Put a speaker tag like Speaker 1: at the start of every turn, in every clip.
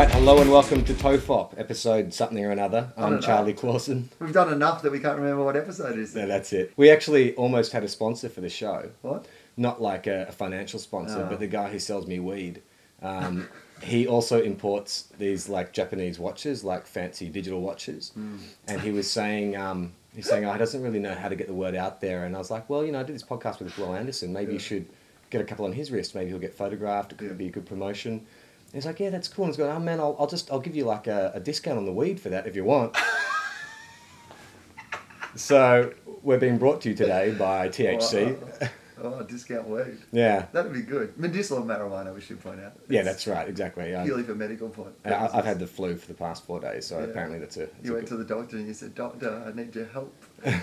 Speaker 1: welcome to TOFOP, episode something or another. I'm
Speaker 2: don't know.
Speaker 1: Charlie Clausen.
Speaker 2: We've done enough that we can't remember what episode it is.
Speaker 1: No, that's it. We actually almost had a sponsor for the show.
Speaker 2: What?
Speaker 1: Not like a, a financial sponsor,
Speaker 2: Oh.
Speaker 1: but the guy who sells me weed. Um, he also imports these like Japanese watches, like fancy digital watches.
Speaker 2: Hmm.
Speaker 1: And he was saying, um, he's saying, oh, he doesn't really know how to get the word out there. And I was like, well, you know, I did this podcast with Will Anderson. Maybe you
Speaker 2: Yeah.
Speaker 1: should get a couple on his wrist. Maybe he'll get photographed. It could
Speaker 2: Yeah.
Speaker 1: be a good promotion. And he's like, yeah, that's cool. And he's going, oh man, I'll, I'll just, I'll give you like a, a discount on the weed for that if you want. so we're being brought to you today by THC.
Speaker 2: Oh, discount weed.
Speaker 1: Yeah.
Speaker 2: That'd be good. Medicinal marijuana, we should point out.
Speaker 1: Yeah,
Speaker 2: It's
Speaker 1: that's right. Exactly. I,
Speaker 2: purely for medical point.
Speaker 1: I, I've had the flu for the past four days, so
Speaker 2: Yeah.
Speaker 1: apparently that's a. that's
Speaker 2: You
Speaker 1: a
Speaker 2: went
Speaker 1: good-
Speaker 2: to the doctor and you said, Doctor, I need your help.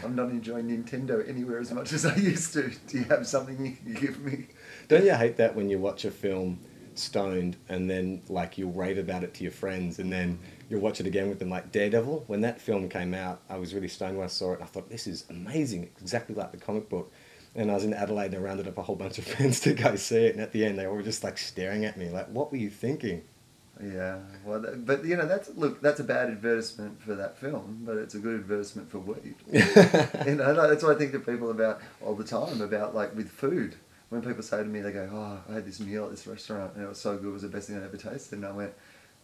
Speaker 2: I'm not enjoying Nintendo anywhere as much as I used to. Do you have something you can give me?
Speaker 1: Don't you hate that when you watch a film stoned and then like you'll rave about it to your friends and then you'll watch it again with them like Daredevil? When that film came out, I was really stoned when I saw it and I thought, this is amazing, exactly like the comic book. And I was in Adelaide and I rounded up a whole bunch of friends to go see it and at the end they were just like staring at me like, what were you thinking?
Speaker 2: Yeah, well, that, but you know, that's look, that's a bad advertisement for that film, but it's a good advertisement for weed. you know, like, that's what I think to people about all the time about like with food. When people say to me, they go, "Oh, I had this meal at this restaurant and it was so good, it was the best thing I ever tasted." And I went,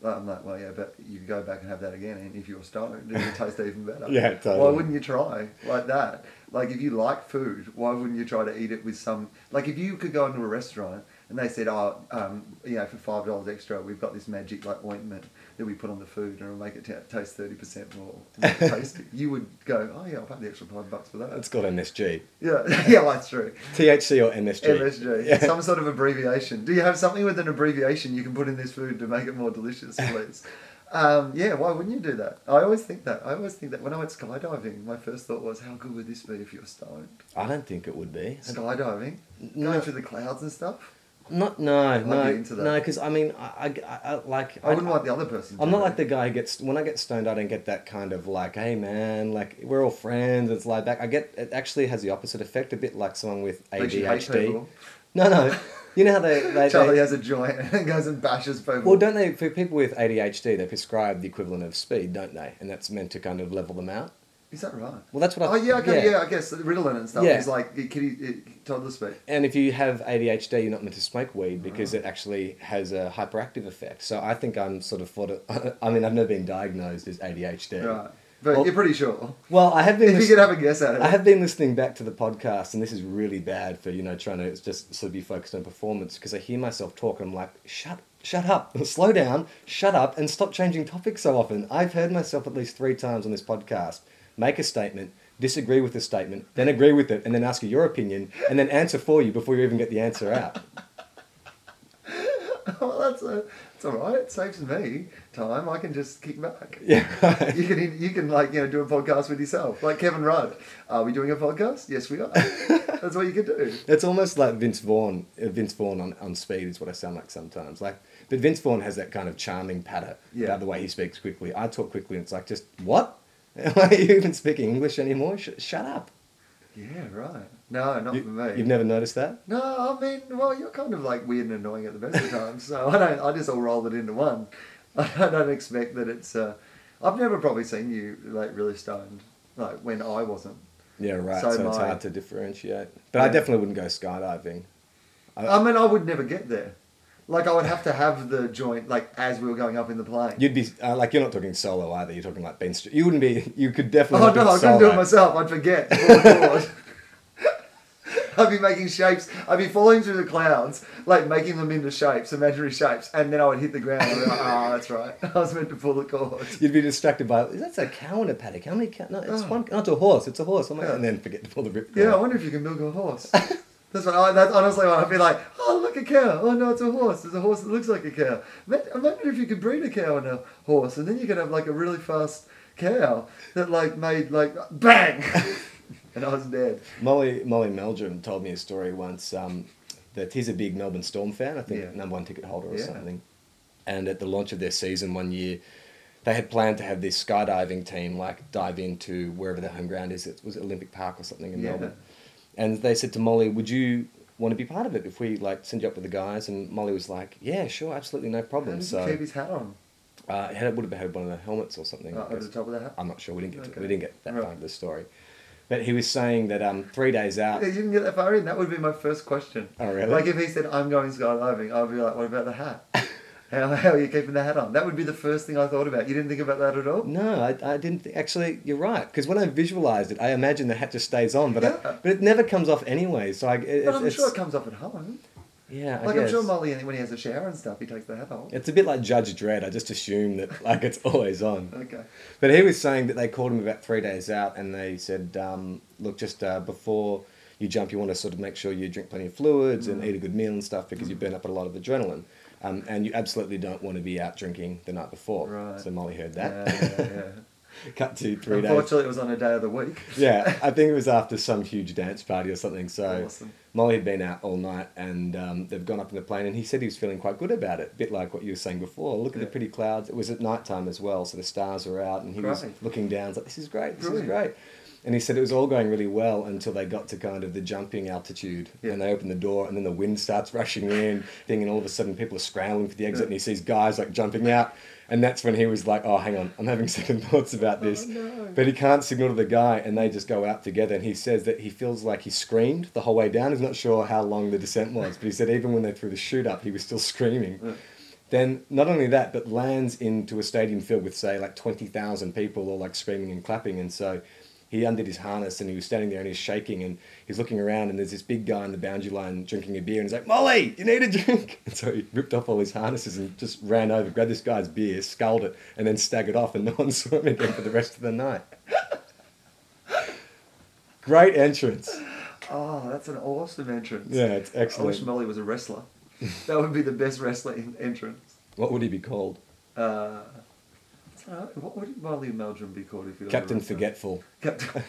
Speaker 2: like, "I'm like, well, yeah, but you could go back and have that again, and if you're stoned, it would taste even better."
Speaker 1: Yeah, totally.
Speaker 2: Why wouldn't you try like that? Like, if you like food, why wouldn't you try to eat it with some? Like, if you could go into a restaurant and they said, "Oh, um, you know, for five dollars extra, we've got this magic like ointment that we put on the food and it'll make it ta taste thirty percent more tasty," you would go, "Oh yeah, I'll pay the extra five bucks for that."
Speaker 1: It's called MSG.
Speaker 2: Yeah, yeah, well, that's true.
Speaker 1: THC or MSG?
Speaker 2: MSG,
Speaker 1: Yeah.
Speaker 2: some sort of abbreviation. Do you have something with an abbreviation you can put in this food to make it more delicious, please? um, yeah, why wouldn't you do that? I always think that. I always think that. When I went skydiving, my first thought was, how good would this be if you're stoned?
Speaker 1: I don't think it would be.
Speaker 2: Skydiving,
Speaker 1: No.
Speaker 2: going through the clouds and stuff.
Speaker 1: Not no
Speaker 2: be
Speaker 1: no
Speaker 2: into that.
Speaker 1: no because I mean I, I, I like
Speaker 2: I wouldn't want the other person. to
Speaker 1: I'm not
Speaker 2: do
Speaker 1: like
Speaker 2: that.
Speaker 1: the guy who gets when I get stoned. I don't get that kind of like, hey man, like we're all friends. It's like that. I get it actually has the opposite effect. A bit like someone with
Speaker 2: Makes you hate
Speaker 1: ADHD.
Speaker 2: people.
Speaker 1: No, no, you know how they they,
Speaker 2: Charlie
Speaker 1: they
Speaker 2: has a joint and goes and bashes people.
Speaker 1: well, don't they for people with ADHD they prescribe the equivalent of speed, don't they? And that's meant to kind of level them out.
Speaker 2: Is that right?
Speaker 1: Well, that's what I-
Speaker 2: Oh yeah, okay,
Speaker 1: yeah.
Speaker 2: yeah. I guess Ritalin and stuff
Speaker 1: Yeah.
Speaker 2: is like it, kitty, it, toddler speak.
Speaker 1: And if you have ADHD, you're not meant to smoke weed because it actually has a hyperactive effect. So I think I'm sort of thought. Of, I mean, I've never been diagnosed as ADHD.
Speaker 2: Right, but
Speaker 1: Well-
Speaker 2: you're pretty sure.
Speaker 1: Well, I have been.
Speaker 2: If you
Speaker 1: lis-
Speaker 2: could have a guess at it,
Speaker 1: I have been listening back to the podcast, and this is really bad for you know trying to just sort of be focused on performance because I hear myself talk and I'm like, shut, shut up, slow down, shut up, and stop changing topics so often. I've heard myself at least three times on this podcast make a statement, disagree with the statement, then agree with it, and then ask you your opinion, and then answer for you before you even get the answer out.
Speaker 2: well, Oh, that's a, it's all right. It saves me time. I can just kick back.
Speaker 1: Yeah, right.
Speaker 2: You can you can like you know do a podcast with yourself, like Kevin Rudd. Are we doing a podcast? Yes, we are. that's what you could do.
Speaker 1: It's almost like Vince Vaughn. uh, Vince Vaughn on, on speed is what I sound like sometimes. Like, but Vince Vaughn has that kind of charming patter
Speaker 2: Yeah.
Speaker 1: about the way he speaks quickly. I talk quickly, and it's like, just what? Why are you even speaking English anymore? Sh- shut up!
Speaker 2: Yeah, right. No, not
Speaker 1: You,
Speaker 2: for me.
Speaker 1: have never noticed that?
Speaker 2: No, I mean, well, you're kind of like weird and annoying at the best of times, so I don't. I just all roll it into one. I don't expect that it's. Uh, I've never probably seen you like really stoned, like when I wasn't.
Speaker 1: Yeah, right. So,
Speaker 2: So
Speaker 1: it's
Speaker 2: my-
Speaker 1: hard to differentiate. But I
Speaker 2: Yeah.
Speaker 1: definitely wouldn't go skydiving.
Speaker 2: I mean, I would never get there. Like I would have to have the joint like as we were going up in the plane.
Speaker 1: You'd be uh, like, you're not talking solo either. You're talking like Ben. St- you wouldn't be. You could definitely.
Speaker 2: Oh
Speaker 1: not be
Speaker 2: no, I couldn't do
Speaker 1: solo.
Speaker 2: it myself. I'd forget. Fall forward. I'd be making shapes. I'd be falling through the clouds, like making them into shapes, imaginary shapes, and then I would hit the ground. I'd be like, oh, that's right. I was meant to pull the cord.
Speaker 1: You'd be distracted by that's a cow in a paddock. How many cow? No, it's
Speaker 2: Oh.
Speaker 1: one. No, it's a horse. It's a horse. I'm like,
Speaker 2: Yeah.
Speaker 1: and then forget to pull the ripcord.
Speaker 2: Yeah, I wonder if you can milk a horse. That's what I, that's honestly what I'd be like. Oh, look a cow. Oh no, it's a horse. There's a horse that looks like a cow. Ma- I wonder if you could breed a cow and a horse, and then you could have like a really fast cow that like made like bang, and I was dead.
Speaker 1: Molly Molly Meldrum told me a story once um, that he's a big Melbourne Storm fan. I think
Speaker 2: Yeah.
Speaker 1: number one ticket holder or
Speaker 2: Yeah.
Speaker 1: something. And at the launch of their season one year, they had planned to have this skydiving team like dive into wherever their home ground is. It was Olympic Park or something in
Speaker 2: Yeah.
Speaker 1: Melbourne. And they said to Molly, "Would you want to be part of it if we like send you up with the guys?" And Molly was like, "Yeah, sure, absolutely, no
Speaker 2: How
Speaker 1: problem."
Speaker 2: did
Speaker 1: So
Speaker 2: he keep his hat on?
Speaker 1: Uh, it, had, it would have had one of the helmets or something.
Speaker 2: Uh,
Speaker 1: I
Speaker 2: over
Speaker 1: guess.
Speaker 2: the top of the hat.
Speaker 1: I'm not sure. We didn't get to,
Speaker 2: Okay.
Speaker 1: we didn't get that
Speaker 2: Right.
Speaker 1: far into the story, but he was saying that um, three days out.
Speaker 2: Yeah, you didn't get that far in. That would be my first question.
Speaker 1: Oh, really?
Speaker 2: Like if he said, "I'm going skydiving," I'd be like, "What about the hat? how, how are you keeping the hat on?" That would be the first thing I thought about. You didn't think about that at all.
Speaker 1: No, I, I didn't. Th- actually, you're right. Because when I visualized it, I imagine the hat just stays on, but I-
Speaker 2: Yeah.
Speaker 1: but it never comes off anyway. So I, it,
Speaker 2: But I'm
Speaker 1: it's,
Speaker 2: sure it comes off at home.
Speaker 1: yeah, I
Speaker 2: Like I'm
Speaker 1: guess.
Speaker 2: sure Molly, when he has a shower and stuff, he takes the hat off.
Speaker 1: It's a bit like Judge Dredd. I just assume that like it's always on.
Speaker 2: Okay.
Speaker 1: But he was saying that they called him about three days out, and they said, um, "Look, just uh, before you jump, you want to sort of make sure you drink plenty of fluids
Speaker 2: Mm.
Speaker 1: and eat a good meal and stuff because you burn up a lot of adrenaline, um, and you absolutely don't want to be out drinking the night before."
Speaker 2: Right.
Speaker 1: So Molly heard
Speaker 2: Yeah,
Speaker 1: that.
Speaker 2: yeah, yeah.
Speaker 1: Cut to three days.
Speaker 2: Unfortunately, it was on a day of the week.
Speaker 1: yeah, I think it was after some huge dance party or something. So
Speaker 2: Awesome.
Speaker 1: Molly had been out all night, and um, they've gone up in the plane. And he said he was feeling quite good about it, bit like what you were saying before. Look at the
Speaker 2: Yeah.
Speaker 1: pretty clouds. It was at night time as well, so the stars were out, and he was
Speaker 2: Great.
Speaker 1: looking down. He's like, "This is great. This is
Speaker 2: Brilliant.
Speaker 1: great." And he said it was all going really well until they got to kind of the jumping altitude,
Speaker 2: Yeah.
Speaker 1: and they open the door, and then the wind starts rushing in, thing, and all of a sudden people are scrambling for the exit,
Speaker 2: Yeah.
Speaker 1: and he sees guys like jumping out, and that's when he was like, "Oh, hang on, I'm having second thoughts about this."
Speaker 2: no.
Speaker 1: But he can't signal to the guy, and they just go out together. And he says that he feels like he screamed the whole way down. He's not sure how long the descent was, but he said even when they threw the chute up, he was still screaming.
Speaker 2: Yeah.
Speaker 1: Then not only that, but lands into a stadium filled with say like twenty thousand people, all like screaming and clapping. And so he undid his harness, and he was standing there, and he's shaking, and he's looking around, and there's this big guy on the boundary line drinking a beer, and he's like, "Molly, you need a drink." And so he ripped off all his harnesses and just ran over, grabbed this guy's beer, sculled it, and then staggered off, and no one saw him again for the rest of the night. Great entrance.
Speaker 2: Oh, that's an awesome entrance.
Speaker 1: Yeah, it's
Speaker 2: I wish
Speaker 1: excellent.
Speaker 2: Molly was a wrestler. that would be the best wrestler in- entrance.
Speaker 1: What would he be called?
Speaker 2: Uh, I don't know, what would Molly Meldrum be called if you
Speaker 1: Captain Forgetful.
Speaker 2: Captain.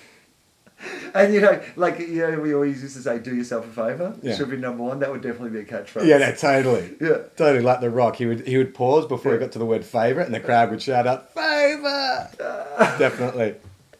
Speaker 2: And you know, like you know, we always used to say, "Do yourself a favor."
Speaker 1: Yeah.
Speaker 2: Should be number one. That would definitely be a catchphrase.
Speaker 1: Yeah, no, totally.
Speaker 2: yeah.
Speaker 1: Totally like The Rock. He would he would pause before he
Speaker 2: Yeah.
Speaker 1: got to the word favourite, and the crowd would shout out favourite. Definitely.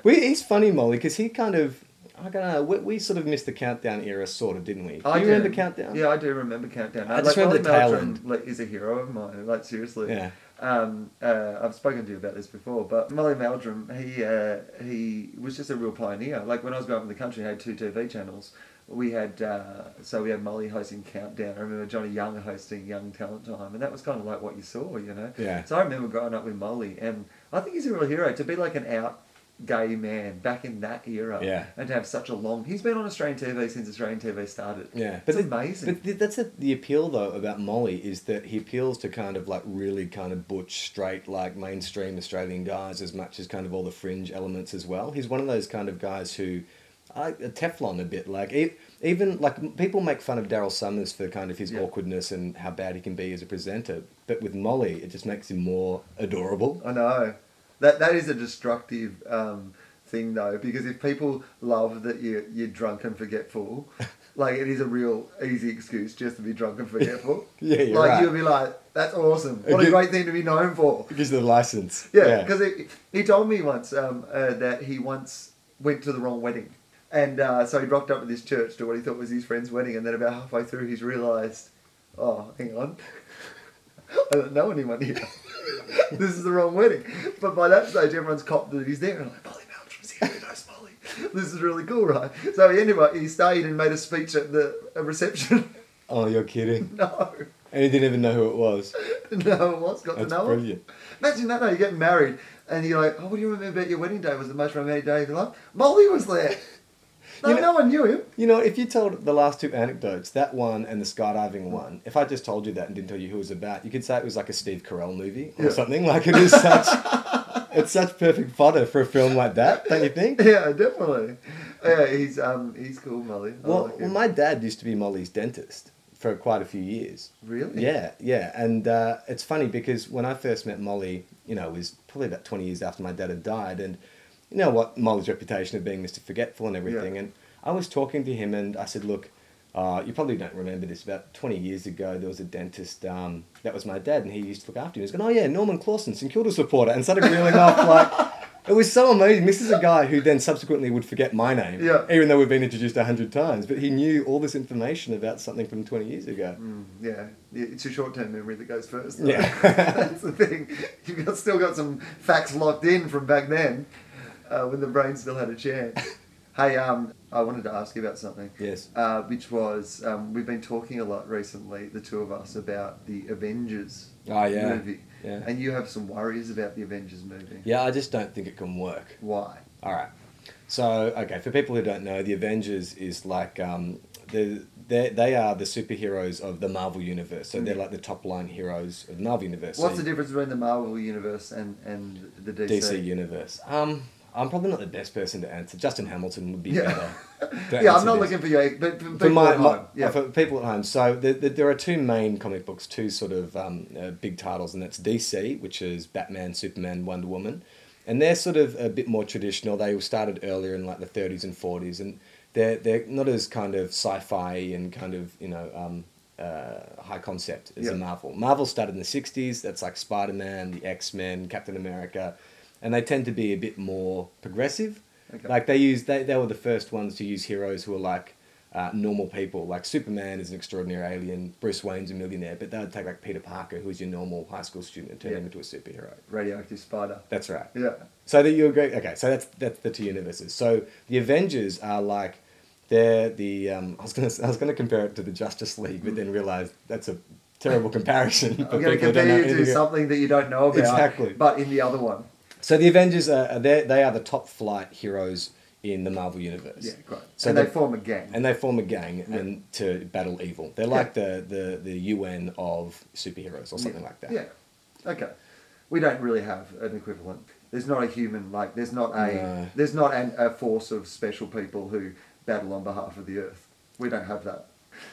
Speaker 1: We, he's funny, Molly, because he kind of I don't know. We, we sort of missed the countdown era, sort of, didn't we? Do
Speaker 2: I
Speaker 1: you remember
Speaker 2: do.
Speaker 1: countdown?
Speaker 2: Yeah, I do remember countdown.
Speaker 1: I just remember the
Speaker 2: Molly
Speaker 1: tail
Speaker 2: Meldrum, Like, is a hero of mine. Like seriously.
Speaker 1: Yeah.
Speaker 2: Um, uh, I've spoken to you about this before, but Molly Meldrum, he uh, he was just a real pioneer. Like when I was growing up in the country, I had two TV channels. We had uh, so we had Molly hosting Countdown. I remember Johnny Young hosting Young Talent Time, and that was kind of like what you saw, you know.
Speaker 1: Yeah.
Speaker 2: So I remember growing up with Molly, and I think he's a real hero to be like an out gay man back in that era,
Speaker 1: Yeah.
Speaker 2: and to have such a long. He's been on Australian TV since Australian TV started.
Speaker 1: Yeah,
Speaker 2: it's
Speaker 1: the-
Speaker 2: amazing.
Speaker 1: But the, that's the, the appeal though about Molly is that he appeals to kind of like really kind of butch, straight, like mainstream Australian guys as much as kind of all the fringe elements as well. He's one of those kind of guys who, I Teflon a bit like e- even like m- people make fun of Daryl Summers for kind of his
Speaker 2: Yeah.
Speaker 1: awkwardness and how bad he can be as a presenter, but with Molly it just makes him more adorable.
Speaker 2: I know. That that is a destructive um, thing though, because if people love that you you're drunk and forgetful, like it is a real easy excuse just to be drunk and forgetful.
Speaker 1: Yeah, you're
Speaker 2: like
Speaker 1: right.
Speaker 2: you'll be like, that's awesome.
Speaker 1: It
Speaker 2: What a
Speaker 1: gives-
Speaker 2: great thing to be known for.
Speaker 1: It gives you the license.
Speaker 2: Yeah, because he, he told me once um, uh, that he once went to the wrong wedding. And uh, so he rocked up at this church to what he thought was his friend's wedding. And then about halfway through, he's realised, oh, hang on. I don't know anyone here. this is the wrong wedding. But by that stage, everyone's copped that he's there. And I'm like, Molly Meldrum's here. Who knows Molly? This is really cool, right? So he, anyway, he stayed and made a speech at the a reception.
Speaker 1: Oh, you're kidding.
Speaker 2: no,
Speaker 1: And he didn't even know who it was.
Speaker 2: no one's got
Speaker 1: That's
Speaker 2: to know him.
Speaker 1: brilliant.
Speaker 2: Imagine that though, you get married and you're like, oh, what do you remember about your wedding day? Was the most romantic day of your life? Molly was there. No,
Speaker 1: You know-
Speaker 2: no one knew him.
Speaker 1: You know, if you told the last two anecdotes, that one and the skydiving one, if I just told you that and didn't tell you who it was about, you could say it was like a Steve Carell movie or
Speaker 2: Yeah.
Speaker 1: something. Like it is such, it's such perfect fodder for a film like that, don't you think?
Speaker 2: Yeah, definitely. Yeah, he's um he's cool, Molly. I
Speaker 1: Well,
Speaker 2: like
Speaker 1: well,
Speaker 2: him.
Speaker 1: my dad used to be Molly's dentist for quite a few years.
Speaker 2: really?
Speaker 1: Yeah, yeah, and uh, it's funny because when I first met Molly, you know, it was probably about twenty years after my dad had died, and you know what Molly's reputation of being Mister Forgetful and everything.
Speaker 2: Yeah.
Speaker 1: And I was talking to him, and I said, "Look, uh, you probably don't remember this. About twenty years ago, there was a dentist um, that was my dad, and he used to look after me. He's going, oh yeah, Norman Clausen, St Kilda supporter, and started reeling off like." It was so amazing. This is a guy who then subsequently would forget my name,
Speaker 2: Yeah.
Speaker 1: even though we've been introduced a hundred times. But he knew all this information about something from twenty years ago.
Speaker 2: Mm, yeah, Yeah, it's your short-term memory that goes first. though.
Speaker 1: Yeah.
Speaker 2: that's the thing. You've got, still got some facts locked in from back then, uh, when the brain still had a chance. hey, um, I wanted to ask you about something.
Speaker 1: Yes.
Speaker 2: Uh, which was um, we've been talking a lot recently, the two of us, about the Avengers
Speaker 1: Oh yeah,
Speaker 2: movie,
Speaker 1: yeah,
Speaker 2: and you have some worries about the Avengers movie.
Speaker 1: yeah. I just don't think it can work.
Speaker 2: Why?
Speaker 1: All right. So, okay, for people who don't know, the Avengers is like um, the they they are the superheroes of the Marvel universe. So they're like the top line heroes of the Marvel universe.
Speaker 2: Mm. What's
Speaker 1: so
Speaker 2: the difference between the Marvel universe and and the DC?
Speaker 1: DC universe? Um, I'm probably not the best person to answer. Justin Hamilton would be
Speaker 2: Yeah.
Speaker 1: better. to
Speaker 2: yeah, I'm
Speaker 1: answer
Speaker 2: not
Speaker 1: this.
Speaker 2: looking for you, but for,
Speaker 1: for
Speaker 2: people
Speaker 1: my,
Speaker 2: at
Speaker 1: my-
Speaker 2: home, yeah.
Speaker 1: for people at home. So the, the, there are two main comic books, two sort of um, uh, big titles, and that's DC, which is Batman, Superman, Wonder Woman, and they're sort of a bit more traditional. They all started earlier in like the 30s and 40s, and they're they're not as kind of sci-fi and kind of you know. Um, uh, high concept as a
Speaker 2: Yeah.
Speaker 1: Marvel. Marvel started in the 60s, that's like Spider Man, the X Men, Captain America, and they tend to be a bit more progressive.
Speaker 2: Okay.
Speaker 1: Like they used, they, they were the first ones to use heroes who were like uh, normal people. Like Superman is an extraordinary alien, Bruce Wayne's a millionaire, but they would take like Peter Parker, who's your normal high school student, and turn
Speaker 2: Yeah.
Speaker 1: him into a superhero.
Speaker 2: radioactive spider.
Speaker 1: That's right.
Speaker 2: Yeah.
Speaker 1: So that you agree? Okay, so that's that's the two universes. So the Avengers are like they're the um, I was gonna I was gonna compare it to the Justice League, but then realized that's a terrible comparison. for
Speaker 2: I'm going
Speaker 1: people
Speaker 2: to
Speaker 1: who don't know
Speaker 2: compare you to
Speaker 1: anything about-
Speaker 2: something that you don't know about,
Speaker 1: Exactly.
Speaker 2: but in the other one.
Speaker 1: So the Avengers are are- they they are the top flight heroes in the Marvel universe.
Speaker 2: Yeah, great.
Speaker 1: So
Speaker 2: and they
Speaker 1: the-
Speaker 2: form a gang.
Speaker 1: and they form a gang and to battle evil. They're like the, the the UN of superheroes or something
Speaker 2: yeah.
Speaker 1: like that.
Speaker 2: Yeah. Okay. We don't really have an equivalent. There's not a human like. There's not a.
Speaker 1: No.
Speaker 2: There's not an, a force of special people who battle on behalf of the Earth. We don't have that.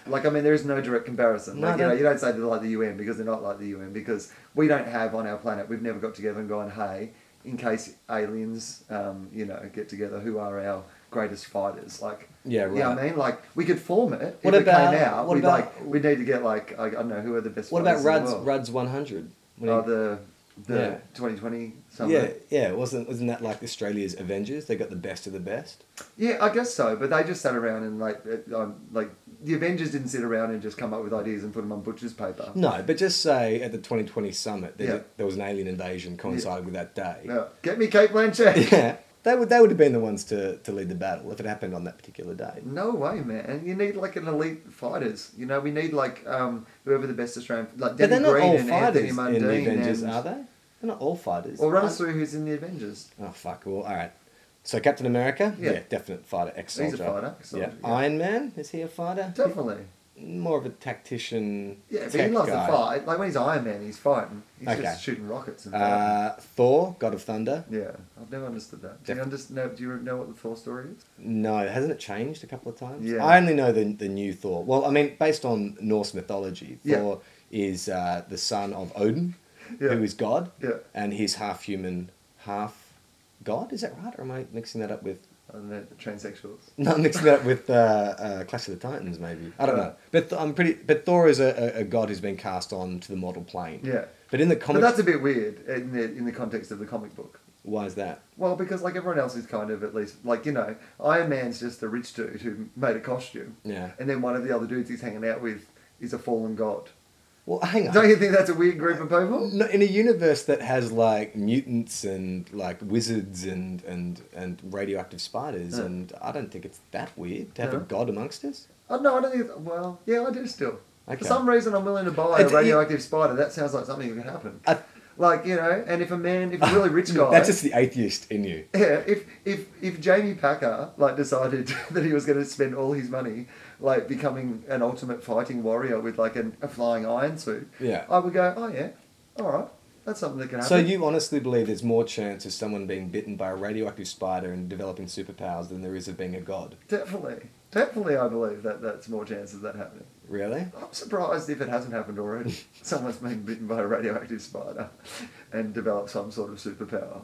Speaker 2: Like I mean, there is no direct comparison.
Speaker 1: No,
Speaker 2: like you
Speaker 1: that-
Speaker 2: know, you don't say they're like the UN because they're not like the UN because we don't have on our planet. We've never got together and gone, hey, in case aliens, um, you know, get together, who are our greatest fighters? Like,
Speaker 1: Yeah,
Speaker 2: You know
Speaker 1: right.
Speaker 2: what I mean, like we could form it.
Speaker 1: What
Speaker 2: if
Speaker 1: about-
Speaker 2: it came out,
Speaker 1: what
Speaker 2: we
Speaker 1: about-
Speaker 2: like we need to get like I, I don't know who are the best.
Speaker 1: What about
Speaker 2: fighters in the
Speaker 1: Rudd's
Speaker 2: world?
Speaker 1: Rudd's one hundred?
Speaker 2: Oh, the the
Speaker 1: Yeah.
Speaker 2: 2020 summer.
Speaker 1: yeah, yeah. Wasn't wasn't that like Australia's Avengers? They got the best of the best.
Speaker 2: Yeah, I guess so. But they just sat around and like, it- um, like the Avengers didn't sit around and just come up with ideas and put them on butcher's paper.
Speaker 1: No, but just say at the 2020 summit there,
Speaker 2: Yeah.
Speaker 1: there was an alien invasion coincided with that day.
Speaker 2: No. Get me Kate Blanchett.
Speaker 1: Yeah, they would they would have been the ones to, to lead the battle if it happened on that particular day.
Speaker 2: No way, man. You need like an elite fighters. You know, we need like um, whoever the best Australian. Like
Speaker 1: but they're
Speaker 2: Danny
Speaker 1: not
Speaker 2: Green
Speaker 1: all
Speaker 2: and
Speaker 1: fighters
Speaker 2: Anthony
Speaker 1: in
Speaker 2: Mundine
Speaker 1: the Avengers,
Speaker 2: and,
Speaker 1: are they? They're not all fighters.
Speaker 2: Or run us
Speaker 1: Aren't-
Speaker 2: through who's in the Avengers.
Speaker 1: Oh fuck! Well, all right. So Captain America, yeah,
Speaker 2: Yeah.
Speaker 1: definite fighter, ex
Speaker 2: He's a
Speaker 1: soldier.
Speaker 2: fighter, ex-soldier,
Speaker 1: yeah.
Speaker 2: yeah.
Speaker 1: Iron Man is he a fighter?
Speaker 2: Definitely.
Speaker 1: More of a tactician.
Speaker 2: Yeah, but
Speaker 1: tech
Speaker 2: he loves
Speaker 1: guy.
Speaker 2: to fight. Like when he's Iron Man, he's fighting. He's
Speaker 1: Okay.
Speaker 2: just shooting rockets and fighting.
Speaker 1: Uh, Thor, God of Thunder.
Speaker 2: Yeah, I've never understood that. Do
Speaker 1: Def-
Speaker 2: you understand? Do you know what the Thor story is?
Speaker 1: No, hasn't it changed a couple of times?
Speaker 2: Yeah.
Speaker 1: I only know the, the new Thor. Well, I mean, based on Norse mythology,
Speaker 2: Yeah.
Speaker 1: Thor is uh, the son of Odin,
Speaker 2: Yeah.
Speaker 1: who is God,
Speaker 2: Yeah,
Speaker 1: and he's half human, half God. Is that right? Or am I mixing that up with.
Speaker 2: and the transsexuals.
Speaker 1: No, I'm mixing that up with uh, uh, Clash of the Titans, maybe. I don't
Speaker 2: Yeah.
Speaker 1: know. But th- I'm pretty. But Thor is a, a, a god who's been cast on to the model plane.
Speaker 2: Yeah,
Speaker 1: But in the
Speaker 2: but
Speaker 1: comics,
Speaker 2: that's a bit weird in the in the context of the comic book.
Speaker 1: why is that?
Speaker 2: Well, because like everyone else is kind of at least like you know Iron Man's just a rich dude who made a costume,
Speaker 1: Yeah.
Speaker 2: and then one of the other dudes he's hanging out with is a fallen god.
Speaker 1: Well, hang on.
Speaker 2: Don't you think that's a weird group of people?
Speaker 1: No, in a universe that has like mutants and like wizards and and and radioactive spiders,
Speaker 2: Yeah.
Speaker 1: and I don't think it's that weird to have a
Speaker 2: No.
Speaker 1: god amongst us.
Speaker 2: Oh, no, I don't think. Well, yeah, I do still.
Speaker 1: Okay.
Speaker 2: For some reason, I'm willing to buy
Speaker 1: It's-
Speaker 2: a radioactive spider. That sounds like something that could happen.
Speaker 1: I-
Speaker 2: like you know, and if a man, if a really rich guy,
Speaker 1: That's just the atheist in you.
Speaker 2: Yeah, if if if Jamie Packer like decided that he was going to spend all his money like becoming an ultimate fighting warrior with like an, a flying iron suit,
Speaker 1: Yeah.
Speaker 2: I would go, oh yeah, all right, that's something that can happen.
Speaker 1: So you honestly believe there's more chance of someone being bitten by a radioactive spider and developing superpowers than there is of being a god.
Speaker 2: definitely, definitely, I believe that that's more chance of that happening.
Speaker 1: Really?
Speaker 2: I'm surprised if it hasn't happened already. Someone's been bitten by a radioactive spider and developed some sort of superpower.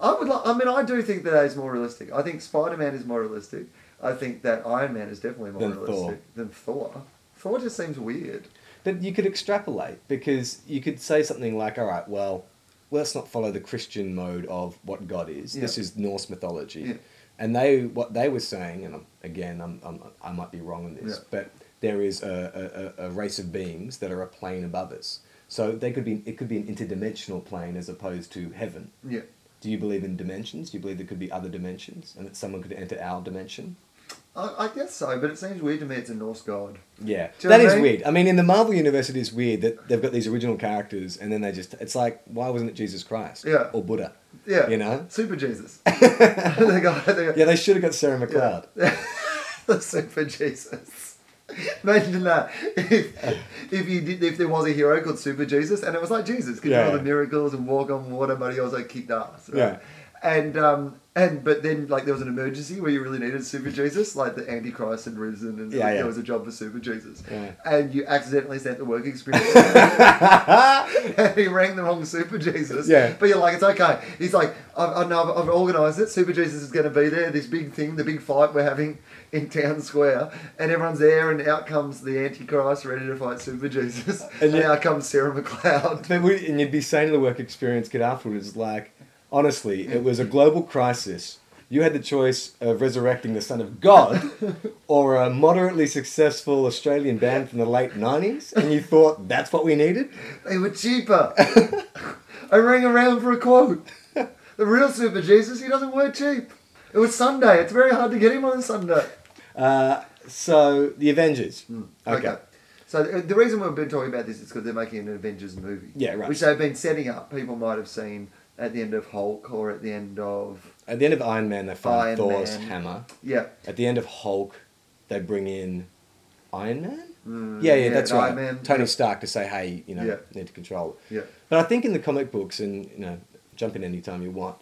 Speaker 2: I would like. I mean, I do think that that is more realistic. I think Spider Man is more realistic. I think that Iron Man is definitely more
Speaker 1: Than Thor.
Speaker 2: realistic than Thor. Thor just seems weird.
Speaker 1: But you could extrapolate because you could say something like, "All right, well, well, let's not follow the Christian mode of what God is. This
Speaker 2: Yeah.
Speaker 1: is Norse mythology.
Speaker 2: Yeah.
Speaker 1: And they, what they were saying, and I'm, again, I'm, I'm, I might be wrong on this,
Speaker 2: Yeah.
Speaker 1: but there is a, a, a- a race of beings that are a plane above us. So they could be, it could be an interdimensional plane as opposed to heaven.
Speaker 2: Yeah.
Speaker 1: Do you believe in dimensions? Do you believe there could be other dimensions and that someone could enter our dimension?
Speaker 2: I, I guess so, but it seems weird to me it's a Norse god.
Speaker 1: Yeah,
Speaker 2: Do you know
Speaker 1: that
Speaker 2: what
Speaker 1: is
Speaker 2: I mean?
Speaker 1: weird. I mean, in the Marvel universe, it is weird that they've got these original characters, and then they just—it's like, why wasn't it Jesus Christ?
Speaker 2: Yeah.
Speaker 1: Or Buddha?
Speaker 2: Yeah.
Speaker 1: You know?
Speaker 2: Super Jesus. the guy, the,
Speaker 1: Yeah, they should have got Sarah McLeod.
Speaker 2: the Super Jesus. Imagine that. If, if you did, if there was a hero called Super Jesus, and it was like Jesus could
Speaker 1: Yeah.
Speaker 2: do all the miracles and walk on water, but he also kicked ass. right?
Speaker 1: Yeah.
Speaker 2: And um and but then like there was an emergency where you really needed Super Jesus, like the Antichrist had risen, and
Speaker 1: Yeah,
Speaker 2: like,
Speaker 1: yeah.
Speaker 2: there was a job for Super Jesus,
Speaker 1: Yeah.
Speaker 2: and you accidentally sent the work experience, and he rang the wrong Super Jesus.
Speaker 1: Yeah.
Speaker 2: But you're like, it's okay. He's like, I've, I know, I've, I've organised it. Super Jesus is going to be there. This big thing, the big fight we're having in town square, and everyone's there, and out comes the Antichrist ready to fight Super Jesus, and,
Speaker 1: And yet-
Speaker 2: out comes Sarah McLeod.
Speaker 1: But we, and you'd be saying to the work experience kid afterwards, like, honestly, it was a global crisis. You had the choice of resurrecting the Son of God or a moderately successful Australian band from the late 90s, and you thought that's what we needed?
Speaker 2: They were cheaper. I rang around for a quote. The real Super Jesus, he doesn't work cheap. It was Sunday. It's very hard to get him on a Sunday.
Speaker 1: Uh, so, the Avengers.
Speaker 2: Hmm. Okay. So the, the reason we've been talking about this is because they're making an Avengers movie.
Speaker 1: Yeah, right.
Speaker 2: Which they've been setting up. People might have seen at the end of Hulk or at the end of
Speaker 1: At the end of Iron Man, they find
Speaker 2: Iron
Speaker 1: Thor's
Speaker 2: Man.
Speaker 1: hammer.
Speaker 2: yeah.
Speaker 1: At the end of Hulk, they bring in Iron Man.
Speaker 2: Mm,
Speaker 1: yeah, yeah,
Speaker 2: yeah,
Speaker 1: that's
Speaker 2: and
Speaker 1: right.
Speaker 2: Iron Man,
Speaker 1: Tony
Speaker 2: yeah.
Speaker 1: Stark to say, hey, you know,
Speaker 2: Yeah.
Speaker 1: need to control it.
Speaker 2: Yeah.
Speaker 1: But I think in the comic books, and you know, jump in anytime you want,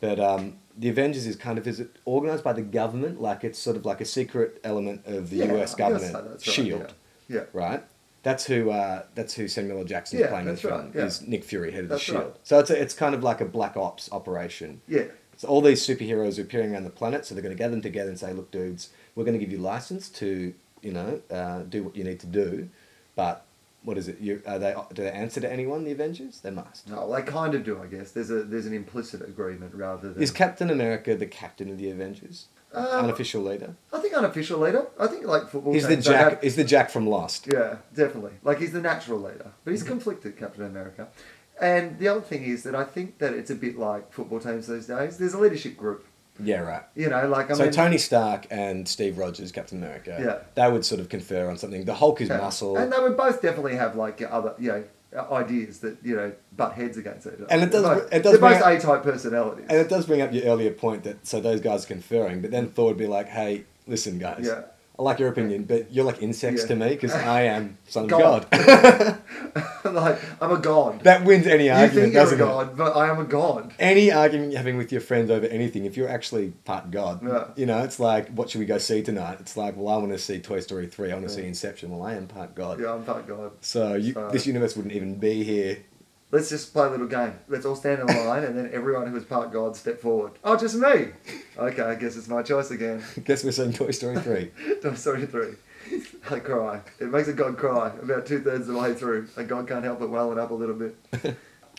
Speaker 1: but um, the Avengers is kind of is it organized by the government, like it's sort of like a secret element of the
Speaker 2: Yeah,
Speaker 1: U.S.
Speaker 2: I guess
Speaker 1: government,
Speaker 2: so, that's right,
Speaker 1: Shield,
Speaker 2: Yeah. yeah.
Speaker 1: right? That's who. Uh, that's who Samuel L. Jackson's
Speaker 2: Yeah,
Speaker 1: playing in the
Speaker 2: that's right,
Speaker 1: film.
Speaker 2: yeah.
Speaker 1: Is Nick Fury, head of
Speaker 2: That's
Speaker 1: the Shield.
Speaker 2: right.
Speaker 1: So it's a, it's kind of like a black ops operation.
Speaker 2: Yeah.
Speaker 1: So all these superheroes are appearing around the planet, so they're going to gather them together and say, "Look, dudes, we're going to give you license to, you know, uh, do what you need to do, but what is it? You, are they do they answer to anyone? The Avengers? They must."
Speaker 2: No, they kind of do, I guess. There's a there's an implicit agreement rather than
Speaker 1: Is Captain America the captain of the Avengers?
Speaker 2: Uh,
Speaker 1: Unofficial leader.
Speaker 2: I think unofficial leader. I think like football.
Speaker 1: He's the
Speaker 2: teams, they
Speaker 1: Jack.
Speaker 2: have-
Speaker 1: He's the Jack from Lost.
Speaker 2: Yeah, definitely. Like he's the natural leader, but
Speaker 1: Mm-hmm.
Speaker 2: he's conflicted, Captain America. And the other thing is that I think that it's a bit like football teams these days. There's a leadership group.
Speaker 1: Yeah, right.
Speaker 2: You know, like I
Speaker 1: so
Speaker 2: mean,
Speaker 1: Tony Stark and Steve Rogers, Captain America.
Speaker 2: Yeah.
Speaker 1: They would sort of confer on something. The Hulk is
Speaker 2: Yeah.
Speaker 1: muscle.
Speaker 2: And they would both definitely have like other, you know, ideas that you know butt heads against each other.
Speaker 1: And it does-
Speaker 2: They're both,
Speaker 1: it does
Speaker 2: They're
Speaker 1: bring
Speaker 2: both
Speaker 1: up-
Speaker 2: A-type personalities.
Speaker 1: And it does bring up your earlier point that so those guys are conferring, but then Thor would be like, "Hey, listen, guys,
Speaker 2: Mm. Yeah.
Speaker 1: I like your opinion, but you're like insects
Speaker 2: Yeah.
Speaker 1: to me because I am son of God.
Speaker 2: God." like I'm a god.
Speaker 1: that wins any
Speaker 2: you
Speaker 1: argument,
Speaker 2: think you're a
Speaker 1: doesn't it?
Speaker 2: god, but I am a god.
Speaker 1: Any argument you're having with your friends over anything, if you're actually part God,
Speaker 2: Yeah.
Speaker 1: you know, it's like, what should we go see tonight? It's like, well, I want to see Toy Story three, I want to
Speaker 2: Yeah.
Speaker 1: see Inception. Well, I am part God,
Speaker 2: Yeah, I'm part god.
Speaker 1: so you,
Speaker 2: So-
Speaker 1: this universe wouldn't even be here.
Speaker 2: Let's just play a little game. Let's all stand in line, and then everyone who was part god step forward. Oh, just me. Okay, I guess it's my choice again.
Speaker 1: Guess we're seeing Toy Story three.
Speaker 2: Toy Story 3. I cry. It makes a god cry about two thirds of the way through. A god can't help but welling up a little bit.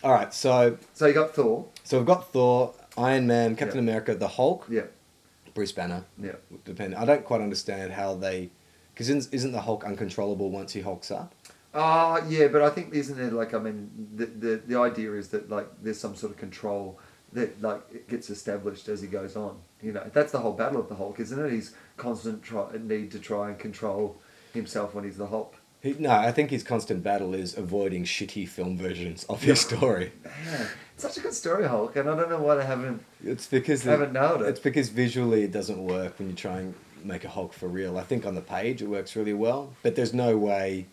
Speaker 1: All right, so
Speaker 2: So you got Thor.
Speaker 1: so we've got Thor, Iron Man, Captain
Speaker 2: Yeah.
Speaker 1: America, the Hulk,
Speaker 2: Yeah,
Speaker 1: Bruce Banner.
Speaker 2: yeah.
Speaker 1: depend. I don't quite understand how they, because isn't, isn't the Hulk uncontrollable once he hulks up?
Speaker 2: Ah, yeah, but I think isn't there like I mean the, the the idea is that like there's some sort of control that like it gets established as he goes on. You know, that's the whole battle of the Hulk, isn't it? His constant try, need to try and control himself when he's the Hulk.
Speaker 1: He, no, I think his constant battle is avoiding shitty film versions of his story.
Speaker 2: Man, it's such a good story, Hulk, and I don't know why they haven't.
Speaker 1: It's because
Speaker 2: I haven't nailed it.
Speaker 1: It's because visually it doesn't work when you try and make a Hulk for real. I think on the page it works really well, but there's no way,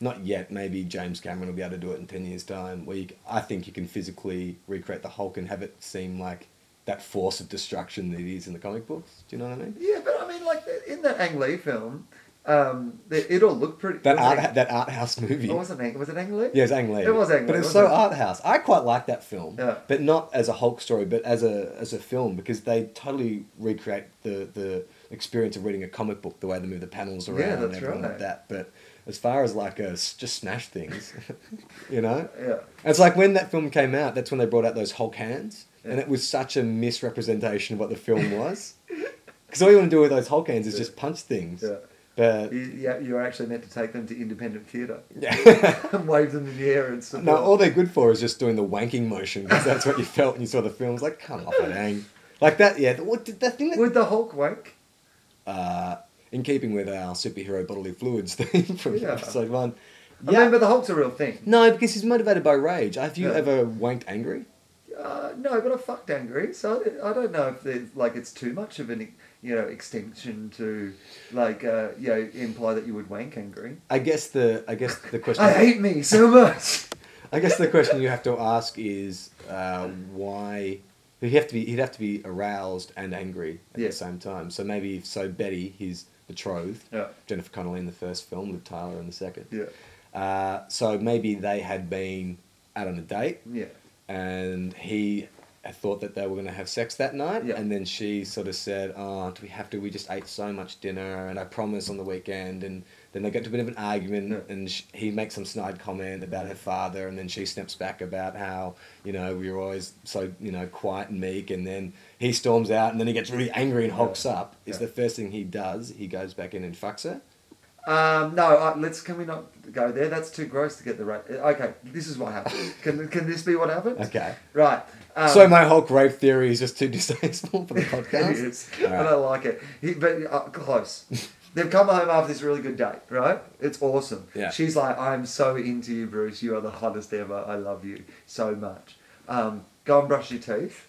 Speaker 1: not yet. Maybe James Cameron will be able to do it in ten years' time. Where you, c- I think you can physically recreate the Hulk and have it seem like that force of destruction that it is in the comic books. Do you know what I mean?
Speaker 2: Yeah, but I mean, like in that Ang Lee film, um, it, it all looked pretty.
Speaker 1: That
Speaker 2: was it-
Speaker 1: art, that art house movie.
Speaker 2: It wasn't Ang. Was it Ang Lee?
Speaker 1: Yeah, it's Ang Lee.
Speaker 2: It was Ang
Speaker 1: But
Speaker 2: Lee,
Speaker 1: it's so
Speaker 2: wasn't it?
Speaker 1: art house. I quite like that film,
Speaker 2: Yeah.
Speaker 1: but not as a Hulk story, but as a as a film because they totally recreate the the experience of reading a comic book, the way they move the panels around
Speaker 2: Yeah,
Speaker 1: and
Speaker 2: that's
Speaker 1: everything like
Speaker 2: right.
Speaker 1: that. But as far as like a s- just smash things, you know.
Speaker 2: Yeah.
Speaker 1: It's like when that film came out, that's when they brought out those Hulk hands, and
Speaker 2: Yeah.
Speaker 1: it was such a misrepresentation of what the film was. Because all you want to do with those Hulk hands is
Speaker 2: Yeah.
Speaker 1: just punch things.
Speaker 2: Yeah.
Speaker 1: But
Speaker 2: You, yeah, you're actually meant to take them to independent theatre
Speaker 1: yeah.
Speaker 2: and wave them in the air and support.
Speaker 1: no, all they're good for is just doing the wanking motion because that's what you felt when you saw the film. It's like, come off it, hang. Like that, yeah. What did that thing that
Speaker 2: Would the Hulk wank?
Speaker 1: uh, in keeping with our superhero bodily fluids theme from
Speaker 2: Yeah.
Speaker 1: episode one.
Speaker 2: I remember the Hulk's a real thing.
Speaker 1: No, because he's motivated by rage. Have you
Speaker 2: Yeah.
Speaker 1: ever wanked angry?
Speaker 2: Uh, no, but I fucked angry, so I, I don't know if there's, like it's too much of an you know extension to like uh, you know imply that you would wank angry.
Speaker 1: I guess the I guess the question
Speaker 2: I hate me so much.
Speaker 1: I guess the question you have to ask is uh, why he'd have to be he'd have to be aroused and angry at
Speaker 2: Yeah.
Speaker 1: the same time. So maybe if so, Betty, his betrothed,
Speaker 2: Yeah.
Speaker 1: Jennifer Connelly in the first film, Liv Tyler in the second.
Speaker 2: Yeah,
Speaker 1: Uh, so maybe they had been out on a date,
Speaker 2: yeah,
Speaker 1: and he thought that they were going to have sex that night,
Speaker 2: Yeah.
Speaker 1: and then she sort of said, "Oh, do we have to? We just ate so much dinner, and I promise on the weekend." And then they get to a bit of an argument,
Speaker 2: Yeah.
Speaker 1: and sh he makes some snide comment about her father, and then she snaps back about how you know we were always so you know quiet and meek, and then he storms out, and then he gets really angry and hocks up. Is
Speaker 2: Yeah.
Speaker 1: the first thing he does? He goes back in and fucks her.
Speaker 2: Um, no, I, let's. Can we not go there? That's too gross to get the right. Okay, this is what happened. Can can this be what happened?
Speaker 1: Okay.
Speaker 2: Right. Um,
Speaker 1: so my whole rape theory is just too distasteful for the
Speaker 2: It
Speaker 1: podcast.
Speaker 2: is.
Speaker 1: All right.
Speaker 2: I don't like it. He, but uh, close. They've come home after this really good date, right? It's awesome.
Speaker 1: Yeah.
Speaker 2: She's like, I'm so into you, Bruce. You are the hottest ever. I love you so much. Um, go and brush your teeth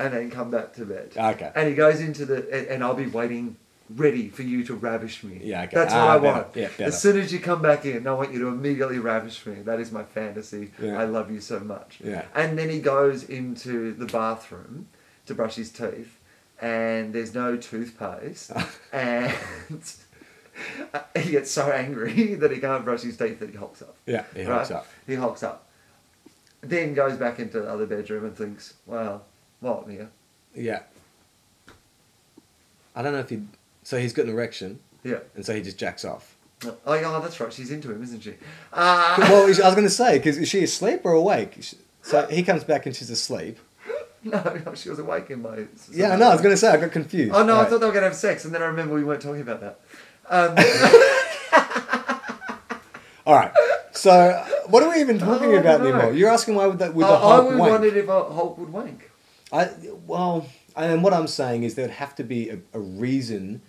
Speaker 2: and then come back to bed.
Speaker 1: Okay.
Speaker 2: And he goes into the, and, and I'll be waiting ready for you to ravish me.
Speaker 1: Yeah, okay.
Speaker 2: That's what
Speaker 1: Ah,
Speaker 2: I
Speaker 1: better.
Speaker 2: want.
Speaker 1: Yeah, better.
Speaker 2: as soon as you come back in, I want you to immediately ravish me. That is my fantasy.
Speaker 1: Yeah.
Speaker 2: I love you so much.
Speaker 1: Yeah.
Speaker 2: And then he goes into the bathroom to brush his teeth, and there's no toothpaste, and he gets so angry that he can't brush his teeth that he hulks up.
Speaker 1: Yeah, he hocks up.
Speaker 2: He hulks up. Then goes back into the other bedroom and thinks, "Well, what, Mia?
Speaker 1: Yeah. I don't know if he. So he's got an erection,
Speaker 2: Yeah,
Speaker 1: and so he just jacks off.
Speaker 2: oh, yeah, that's right. She's into him, isn't she? Ah,
Speaker 1: well, I was going to say, because is she asleep or awake? So he comes back and she's asleep.
Speaker 2: no, no, she was awake in my.
Speaker 1: Yeah, I know. I was going to say, I got confused.
Speaker 2: Oh no, I
Speaker 1: Right.
Speaker 2: thought they were going to have sex, and then I remember we weren't talking about that. Um,
Speaker 1: All right. So uh, what are we even talking
Speaker 2: Oh, I
Speaker 1: about
Speaker 2: don't know.
Speaker 1: anymore? You're asking why would that with
Speaker 2: Uh, I,
Speaker 1: the
Speaker 2: I
Speaker 1: Hulk
Speaker 2: would
Speaker 1: wank?
Speaker 2: wondered if a Hulk would wank.
Speaker 1: I well, and what I'm saying is there'd have to be a, a reason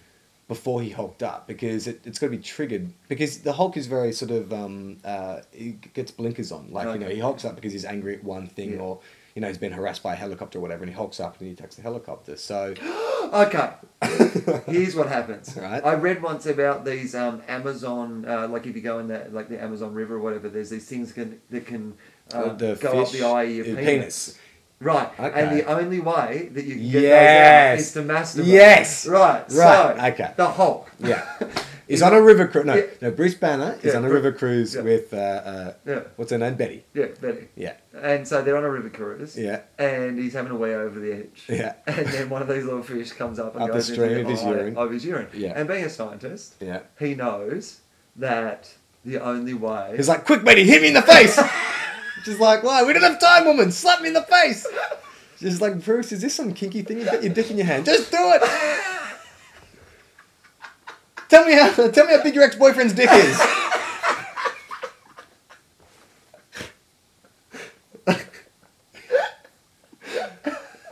Speaker 1: before he hulked up because it, it's got to be triggered because the Hulk is very sort of um, uh, he g- gets blinkers on like you know
Speaker 2: Okay.
Speaker 1: he hulks up because he's angry at one thing
Speaker 2: Yeah.
Speaker 1: or you know he's been harassed by a helicopter or whatever and he hulks up and he attacks the helicopter so
Speaker 2: Okay. Here's what happens.
Speaker 1: Right.
Speaker 2: I read once about these um, Amazon, uh, like if you go in the like the Amazon River or whatever, there's these things can, that can uh,
Speaker 1: uh, the
Speaker 2: go
Speaker 1: fish,
Speaker 2: up the eye of your
Speaker 1: uh,
Speaker 2: penis. Right. And
Speaker 1: Okay.
Speaker 2: the only way that you can get
Speaker 1: Yes.
Speaker 2: those out is to masturbate.
Speaker 1: Yes.
Speaker 2: Right.
Speaker 1: Right,
Speaker 2: So,
Speaker 1: okay.
Speaker 2: The Hulk.
Speaker 1: yeah. He's on a river cruise. No,
Speaker 2: Yeah.
Speaker 1: no. Bruce Banner is
Speaker 2: Yeah,
Speaker 1: on a
Speaker 2: Bru-
Speaker 1: river cruise
Speaker 2: yeah.
Speaker 1: with uh, uh,
Speaker 2: Yeah.
Speaker 1: what's her name, Betty.
Speaker 2: Yeah, Betty.
Speaker 1: Yeah,
Speaker 2: And so they're on a river cruise.
Speaker 1: Yeah.
Speaker 2: And he's having a wee over the edge.
Speaker 1: Yeah.
Speaker 2: And then one of these little fish comes up and
Speaker 1: Up the
Speaker 2: goes
Speaker 1: stream
Speaker 2: into
Speaker 1: of
Speaker 2: the
Speaker 1: his
Speaker 2: eye
Speaker 1: urine.
Speaker 2: Of his urine.
Speaker 1: Yeah.
Speaker 2: And being a scientist,
Speaker 1: yeah.
Speaker 2: he knows that the only way.
Speaker 1: He's like, quick, Betty, hit me in the face. She's like, why? We don't have time, woman. Slap me in the face. She's like, Bruce, is this some kinky thing? You've got your dick in your hand. Just do it. Tell me how. Tell me how big your ex-boyfriend's dick is.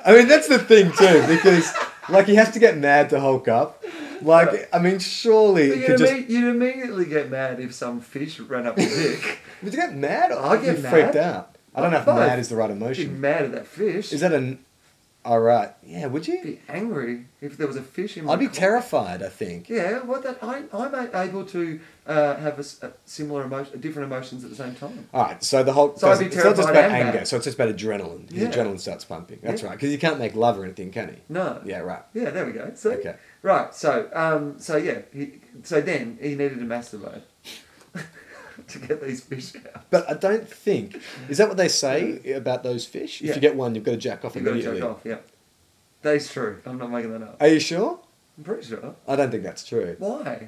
Speaker 1: I mean, that's the thing too, because like he has to get mad to Hulk up. Like, I mean, surely
Speaker 2: But
Speaker 1: it
Speaker 2: you'd,
Speaker 1: could just
Speaker 2: imme- you'd immediately get mad if some fish ran up your dick.
Speaker 1: Would you get mad? Or
Speaker 2: I'll
Speaker 1: would you
Speaker 2: get
Speaker 1: freaked
Speaker 2: mad.
Speaker 1: out. I don't know if
Speaker 2: Both.
Speaker 1: mad is the right
Speaker 2: Be
Speaker 1: emotion.
Speaker 2: mad at that fish.
Speaker 1: Is that an. Alright. Yeah, would
Speaker 2: I'd
Speaker 1: you?
Speaker 2: be angry if there was a fish in my
Speaker 1: I'd be
Speaker 2: car.
Speaker 1: terrified, I think.
Speaker 2: Yeah, what that I, I'm a- able to uh, have a, s- a similar emotion, different emotions at the same time.
Speaker 1: Alright, so the whole.
Speaker 2: So I'd be
Speaker 1: it's not just
Speaker 2: terrified
Speaker 1: about
Speaker 2: and
Speaker 1: anger,
Speaker 2: mad.
Speaker 1: so it's just about adrenaline. His
Speaker 2: Yeah.
Speaker 1: adrenaline starts pumping. That's
Speaker 2: Yeah.
Speaker 1: right, because you can't make love or anything, can he?
Speaker 2: No.
Speaker 1: Yeah, right.
Speaker 2: Yeah, there we go. So,
Speaker 1: Okay.
Speaker 2: Right. So, um, so yeah. He, so then he needed to masturbate to get these fish out.
Speaker 1: But I don't think. Is that what they say about those fish? If
Speaker 2: Yeah.
Speaker 1: you get one, you've got to jack off
Speaker 2: You've got to
Speaker 1: immediately.
Speaker 2: jerk off. Yeah. That is true. I'm not making that up.
Speaker 1: Are you sure?
Speaker 2: I'm pretty sure.
Speaker 1: I don't think that's true.
Speaker 2: Why?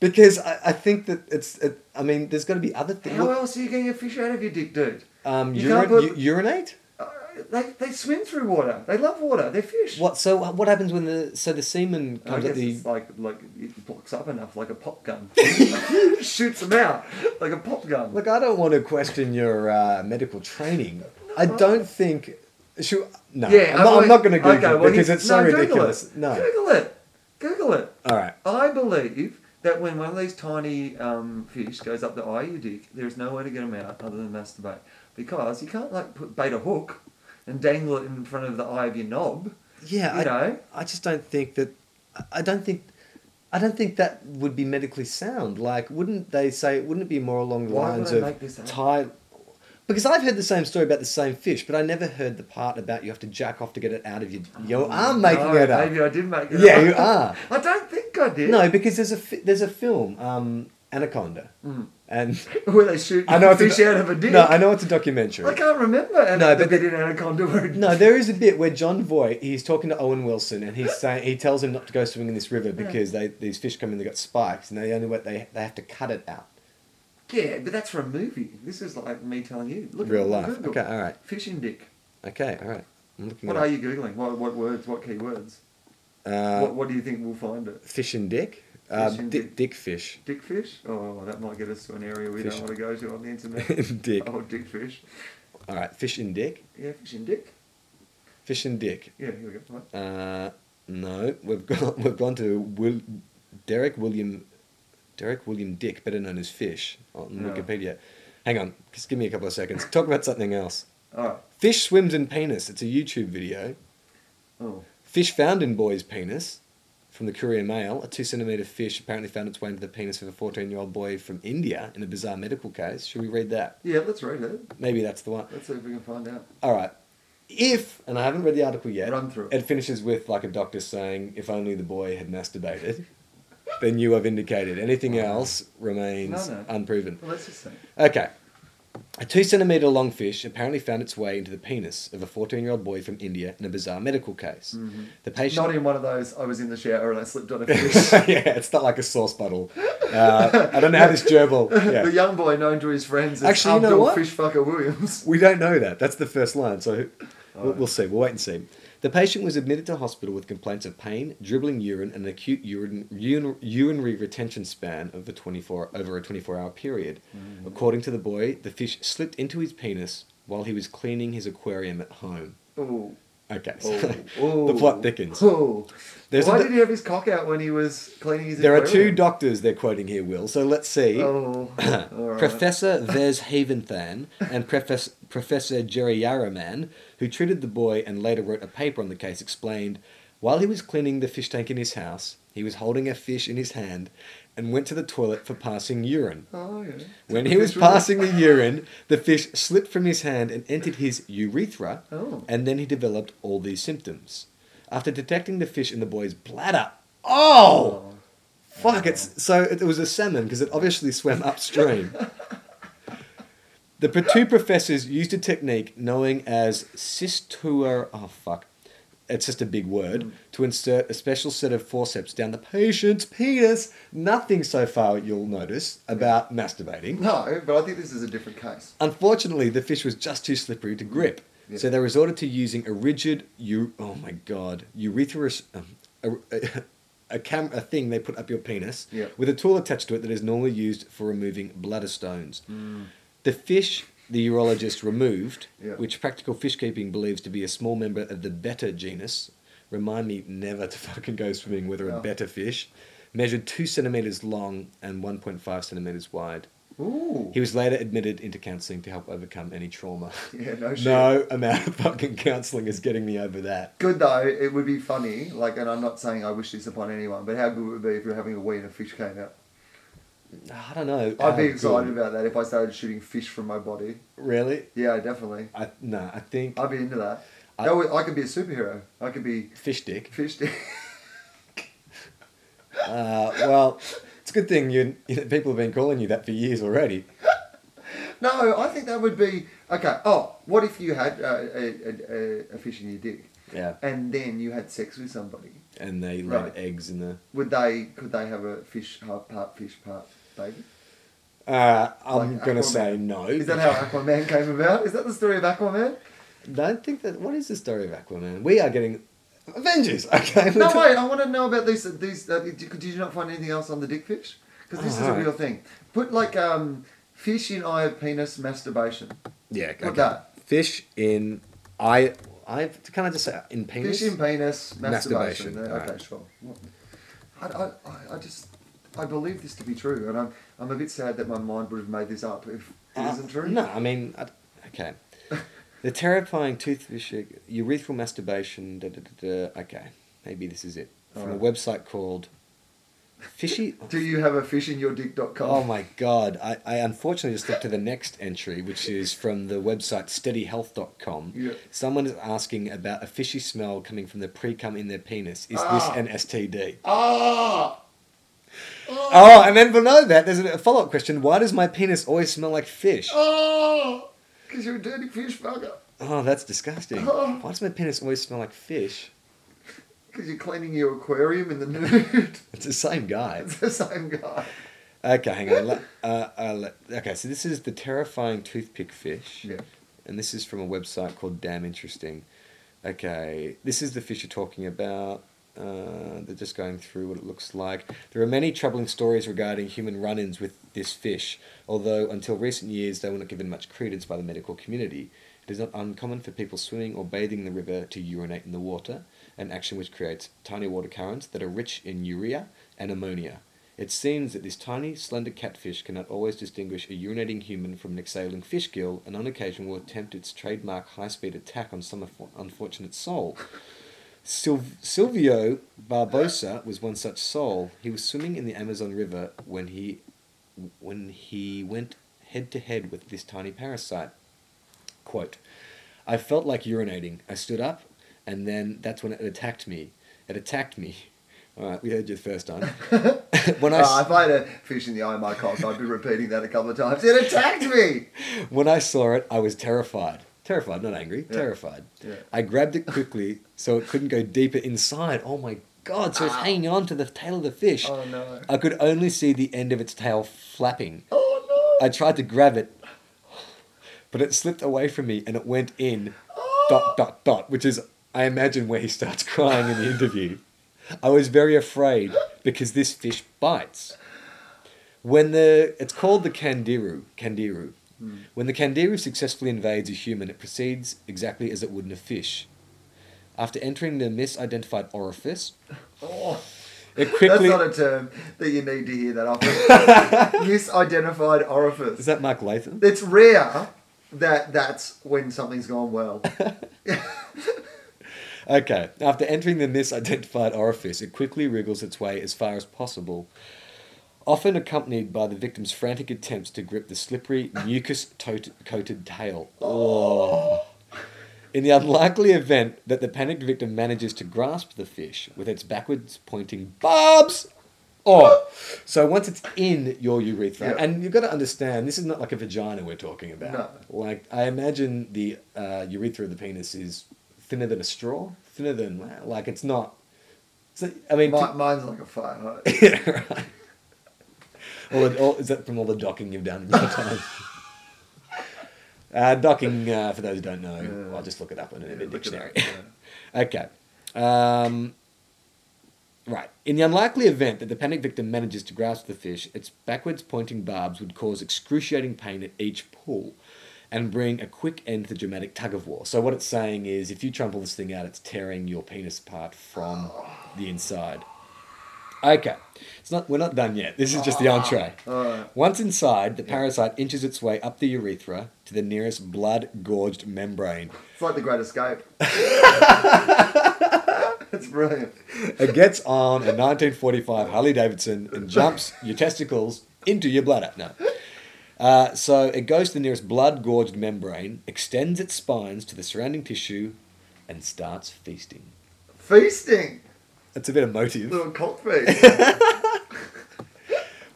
Speaker 1: because I, I think that it's. It, I mean, there's got to be other things.
Speaker 2: How else are you getting a fish out of your dick, dude?
Speaker 1: Um,
Speaker 2: you
Speaker 1: urin-
Speaker 2: can't put-
Speaker 1: u- urinate.
Speaker 2: Uh, They, they swim through water. They love water. They're fish.
Speaker 1: What? So what happens when the so the semen
Speaker 2: I
Speaker 1: comes
Speaker 2: guess
Speaker 1: at the
Speaker 2: it's like like it blocks up enough, like a pop gun. Shoots them out like a pop gun.
Speaker 1: Look, I don't want to question your uh, medical training. I don't think. Should, no, I'm not, I'm
Speaker 2: always-
Speaker 1: not going to Google
Speaker 2: okay,
Speaker 1: it
Speaker 2: well,
Speaker 1: because
Speaker 2: you-
Speaker 1: it's so
Speaker 2: no, Google
Speaker 1: ridiculous.
Speaker 2: it.
Speaker 1: No.
Speaker 2: Google it. Google it.
Speaker 1: All right.
Speaker 2: I believe that when one of these tiny um, fish goes up the eye of your dick, there is no way to get them out other than masturbate. Because you can't like put bait a hook and dangle it in front of the eye of your knob.
Speaker 1: Yeah,
Speaker 2: You
Speaker 1: I,
Speaker 2: know?
Speaker 1: I just don't think that. I- I don't think. I don't think that would be medically sound. Like, wouldn't they say? Wouldn't it be more along the
Speaker 2: Why would
Speaker 1: lines
Speaker 2: I
Speaker 1: of
Speaker 2: make this up?
Speaker 1: tie? Because I've heard the same story about the same fish, but I never heard the part about you have to jack off to get it out of your. You are making
Speaker 2: Mm, No,
Speaker 1: it up.
Speaker 2: Maybe I did make it
Speaker 1: Yeah,
Speaker 2: up.
Speaker 1: you are.
Speaker 2: I don't think I did.
Speaker 1: No, because there's a fi- there's a film, um, Anaconda, and
Speaker 2: Where they shoot
Speaker 1: I know it's
Speaker 2: Mm. fish
Speaker 1: a,
Speaker 2: out of a dick.
Speaker 1: No, I know it's a documentary.
Speaker 2: I can't remember. And
Speaker 1: No,
Speaker 2: the
Speaker 1: but
Speaker 2: bit in Anaconda where it-
Speaker 1: No, there is a bit where John Voight he's talking to Owen Wilson and he's saying he tells him not to go swimming in this river because they these fish come in they got spikes and they only way they they have to cut it out.
Speaker 2: Yeah, but that's for a movie. This is like me telling you. Look
Speaker 1: Real
Speaker 2: at
Speaker 1: life.
Speaker 2: Google.
Speaker 1: Okay, all right.
Speaker 2: Fishing dick.
Speaker 1: Okay, all right. I'm looking
Speaker 2: What
Speaker 1: it
Speaker 2: are
Speaker 1: up.
Speaker 2: you googling? What, what words? What keywords?
Speaker 1: Uh,
Speaker 2: what, what do you think we'll find it?
Speaker 1: Fish and dick. Uh,
Speaker 2: Fish and
Speaker 1: dick,
Speaker 2: dick.
Speaker 1: dick fish.
Speaker 2: Dickfish? Oh, that might get us to an area we
Speaker 1: Fish.
Speaker 2: don't want to go to on the internet.
Speaker 1: Dick.
Speaker 2: Oh, dickfish.
Speaker 1: All right, fish and dick.
Speaker 2: Yeah, fishing dick.
Speaker 1: Fish and dick.
Speaker 2: Yeah, here we go. Right.
Speaker 1: Uh, no, we've got we've gone to Will, Derek William, Derek William Dick, better known as Fish, on
Speaker 2: No.
Speaker 1: Wikipedia. Hang on, just give me a couple of seconds. Talk about something else.
Speaker 2: All right.
Speaker 1: Fish swims in penis. It's a YouTube video.
Speaker 2: Oh,
Speaker 1: Fish found in boy's penis from the Courier Mail. A two centimeter fish apparently found its way into the penis of a 14 year old boy from India in a bizarre medical case. Should we read that?
Speaker 2: yeah. Let's read it.
Speaker 1: Maybe that's the one.
Speaker 2: Let's see if we can find out.
Speaker 1: All right. If, and I haven't read the article yet,
Speaker 2: Run through it.
Speaker 1: it finishes with like a doctor saying, if only the boy had masturbated, then you are vindicated. Anything else remains
Speaker 2: Oh, No, no.
Speaker 1: unproven.
Speaker 2: Well, let's just see.
Speaker 1: Okay. A two centimetre long fish apparently found its way into the penis of a 14 year old boy from India in a bizarre medical case. The patient.
Speaker 2: Mm-hmm. Not in one of those. I was in the shower and I slipped on a fish.
Speaker 1: yeah, it's not like a sauce bottle. Uh, I don't know how this gerbil.
Speaker 2: the
Speaker 1: Yeah.
Speaker 2: young boy known to his friends as
Speaker 1: Actually, you know
Speaker 2: Abdul
Speaker 1: what?
Speaker 2: Fishfucker Williams.
Speaker 1: We don't know that. That's the first line. So we'll, we'll see. We'll wait and see. The patient was admitted to hospital with complaints of pain, dribbling urine, and an acute urine, urine, urinary retention span of the 24, over a 24 hour period.
Speaker 2: Mm-hmm.
Speaker 1: According to the boy, the fish slipped into his penis while he was cleaning his aquarium at home.
Speaker 2: Oh.
Speaker 1: Okay, so
Speaker 2: Oh, oh,
Speaker 1: the plot thickens.
Speaker 2: Oh.
Speaker 1: There's
Speaker 2: Why
Speaker 1: a-
Speaker 2: did he have his cock out when he was cleaning his
Speaker 1: There are two
Speaker 2: aquarium?
Speaker 1: doctors they're quoting here, Will, so let's see.
Speaker 2: Oh, all right.
Speaker 1: Professor Vez Haventhan and Profes- Professor Jerry Yarraman, who treated the boy and later wrote a paper on the case, explained while he was cleaning the fish tank in his house, he was holding a fish in his hand and went to the toilet for passing urine.
Speaker 2: Oh, yeah.
Speaker 1: When
Speaker 2: The
Speaker 1: he was
Speaker 2: fish was-
Speaker 1: passing the urine, the fish slipped from his hand and entered his urethra,
Speaker 2: Oh.
Speaker 1: and then he developed all these symptoms. After detecting the fish in the boy's bladder, oh,
Speaker 2: Oh.
Speaker 1: fuck! It's so it was a salmon because it obviously swam upstream. the pro- two professors used a technique known as cystuer. Oh fuck! It's just a big word to insert a special set of forceps down the patient's penis. Nothing so far you'll notice about masturbating.
Speaker 2: No, but I think this is a different case.
Speaker 1: Unfortunately, the fish was just too slippery to grip,
Speaker 2: Yeah.
Speaker 1: so they resorted to using a rigid, u- oh my god, urethra, um, a, a, a, cam- a thing they put up your penis
Speaker 2: Yeah.
Speaker 1: with a tool attached to it that is normally used for removing bladder stones. The fish the urologist removed,
Speaker 2: Mm. Yeah.
Speaker 1: which practical fish keeping believes to be a small member of the betta genus. Remind me never to fucking go swimming with a
Speaker 2: Oh.
Speaker 1: betta fish. Measured two centimeters long and 1.5 centimeters wide.
Speaker 2: Ooh.
Speaker 1: He was later admitted into counselling to help overcome any trauma.
Speaker 2: yeah, no Oh, shit.
Speaker 1: No amount of fucking counselling is getting me over that.
Speaker 2: Good though, it would be funny, like, and I'm not saying I wish this upon anyone, but how good would it be if you're having a wee and a fish came out?
Speaker 1: I don't know. Um,
Speaker 2: I'd be
Speaker 1: how
Speaker 2: excited
Speaker 1: good-
Speaker 2: about that if I started shooting fish from my body.
Speaker 1: Really?
Speaker 2: Yeah, definitely.
Speaker 1: I no. I think
Speaker 2: I'd be into that.
Speaker 1: I-
Speaker 2: That would- I could be a superhero. I could be
Speaker 1: fish dick.
Speaker 2: fish. dick.
Speaker 1: Uh, well, it's a good thing you, you know, people have been calling you that for years already.
Speaker 2: No, I think that would be okay. Oh, what if you had uh, a, a, a fish in your dick,
Speaker 1: Yeah.
Speaker 2: and then you had sex with somebody?
Speaker 1: And they laid
Speaker 2: Right.
Speaker 1: eggs in the.
Speaker 2: Would they? Could they have a fish half part fish part baby?
Speaker 1: Uh, I'm
Speaker 2: Like
Speaker 1: gonna
Speaker 2: Aquaman.
Speaker 1: say no.
Speaker 2: Is that how Aquaman came about? Is that the story of Aquaman?
Speaker 1: Don't think that. What is the story of Aquaman? We are getting Avengers. Okay.
Speaker 2: No, wait. I want to know about these. These. Uh, did, you, did you not find anything else on the dick fish? Because
Speaker 1: Oh,
Speaker 2: this is a
Speaker 1: alright.
Speaker 2: real thing. Put like um, fish in eye of penis masturbation.
Speaker 1: Yeah. Okay.
Speaker 2: What that?
Speaker 1: Fish in. I. I can I just say in penis.
Speaker 2: Fish in penis masturbation.
Speaker 1: Masturbation,
Speaker 2: Uh, Okay,
Speaker 1: alright.
Speaker 2: sure. I, I, I- I just I believe this to be true, and I'm I'm a bit sad that my mind would have made this up if it
Speaker 1: Uh,
Speaker 2: not true.
Speaker 1: No, I mean, I, okay. the terrifying toothfish urethral masturbation. Da, da, da, da. Okay, maybe this is it from a
Speaker 2: Alright.
Speaker 1: website called Fishy.
Speaker 2: Do you have a fish in your dick.com?
Speaker 1: Oh my god! I, I unfortunately just looked to the next entry, which is from the website steadyhealth.com.
Speaker 2: Yeah.
Speaker 1: Someone is asking about a fishy smell coming from the pre cum in their penis. Is
Speaker 2: Ah.
Speaker 1: this an STD?
Speaker 2: Ah.
Speaker 1: Oh, and then below that, there's a follow up question. Why does my penis always smell like fish?
Speaker 2: Oh. Because you're a dirty fish bugger.
Speaker 1: Oh, that's disgusting.
Speaker 2: Oh.
Speaker 1: Why does my penis always smell like fish?
Speaker 2: Because you're cleaning your aquarium in the nude.
Speaker 1: It's the same guy.
Speaker 2: it's the same guy.
Speaker 1: Okay, hang on. Let- uh, uh, let- okay, so this is the terrifying toothpick fish.
Speaker 2: Yeah.
Speaker 1: And this is from a website called Damn Interesting. Okay, this is the fish you're talking about. Uh, they're just going through what it looks like. There are many troubling stories regarding human run ins with this fish, although until recent years they were not given much credence by the medical community. It is not uncommon for people swimming or bathing in the river to urinate in the water, an action which creates tiny water currents that are rich in urea and ammonia. It seems that this tiny, slender catfish cannot always distinguish a urinating human from an exhaling fish gill, and on occasion will attempt its trademark high-speed attack on some unfor- unfortunate soul. Sil- Silvio Barbosa was one such soul. He was swimming in the Amazon River when he, when he went head to head with this tiny parasite. Quote, I felt like urinating. I stood up, and then that's when it attacked me. It attacked me. All right, we heard you the first time. when I,
Speaker 2: Ah,
Speaker 1: s-
Speaker 2: if I had a fish in the eye of my cock, I'd be repeating that a couple of times. It attacked me.
Speaker 1: when I saw it, I was terrified. Terrified, not angry.
Speaker 2: Yeah.
Speaker 1: Terrified.
Speaker 2: Yeah.
Speaker 1: I grabbed it quickly so it couldn't go deeper inside. Oh my god! So it's
Speaker 2: Ow.
Speaker 1: hanging on to the tail of the fish.
Speaker 2: Ah. Oh no.
Speaker 1: I could only see the end of its tail flapping.
Speaker 2: Oh no.
Speaker 1: I tried to grab it, but it slipped away from me and it went in. Dot dot dot, which is I imagine where he starts crying in the interview. I was very afraid because this fish bites. When the it's called the kandiru, kandiru.
Speaker 2: Hmm.
Speaker 1: When the kandiru successfully invades a human, it proceeds exactly as it would in a fish. After entering the misidentified orifice,
Speaker 2: Oh.
Speaker 1: it quickly
Speaker 2: That's not a term that you need to hear that often. Misidentified
Speaker 1: is
Speaker 2: orifice.
Speaker 1: that Mark Latham?
Speaker 2: It's rare that that's when something's gone well.
Speaker 1: Okay. After entering the misidentified orifice, it quickly wriggles its way as far as possible, often accompanied by the victim's frantic attempts to grip the slippery, mucus coated tail. Oh. In the unlikely event that the panicked victim manages to grasp the fish with its backwards pointing barbs. Oh, so once it's in your urethra,
Speaker 2: Yeah.
Speaker 1: and you've got to understand, this is not like a vagina we're talking about.
Speaker 2: No.
Speaker 1: Like I imagine the uh, urethra of the penis is thinner than a straw, thinner than like it's not. So, I mean,
Speaker 2: Mi- mine's like a fire hose.
Speaker 1: yeah, right. All the, all, is that from all the docking you've done in your time? uh, docking, uh, for those who don't know,
Speaker 2: Yeah.
Speaker 1: I'll just look it up in a
Speaker 2: Yeah,
Speaker 1: bit
Speaker 2: look it up,
Speaker 1: dictionary. okay. Um, right. In the unlikely event that the panic victim manages to grasp the fish, its backwards pointing barbs would cause excruciating pain at each pull and bring a quick end to the dramatic tug of war. So, what it's saying is if you try and pull this thing out, it's tearing your penis apart from the inside. Okay. It's not, we're not done yet. This is just the entree.
Speaker 2: Alright.
Speaker 1: Once inside, the parasite inches its way up the urethra to the nearest blood gorged membrane.
Speaker 2: It's like the Great Escape. it's brilliant.
Speaker 1: It gets on a 1945 Harley Davidson and jumps your testicles into your bladder. No. Uh, so it goes to the nearest blood gorged membrane, extends its spines to the surrounding tissue, and starts feasting.
Speaker 2: Feasting.
Speaker 1: That's a bit emotive.
Speaker 2: Little cult feast.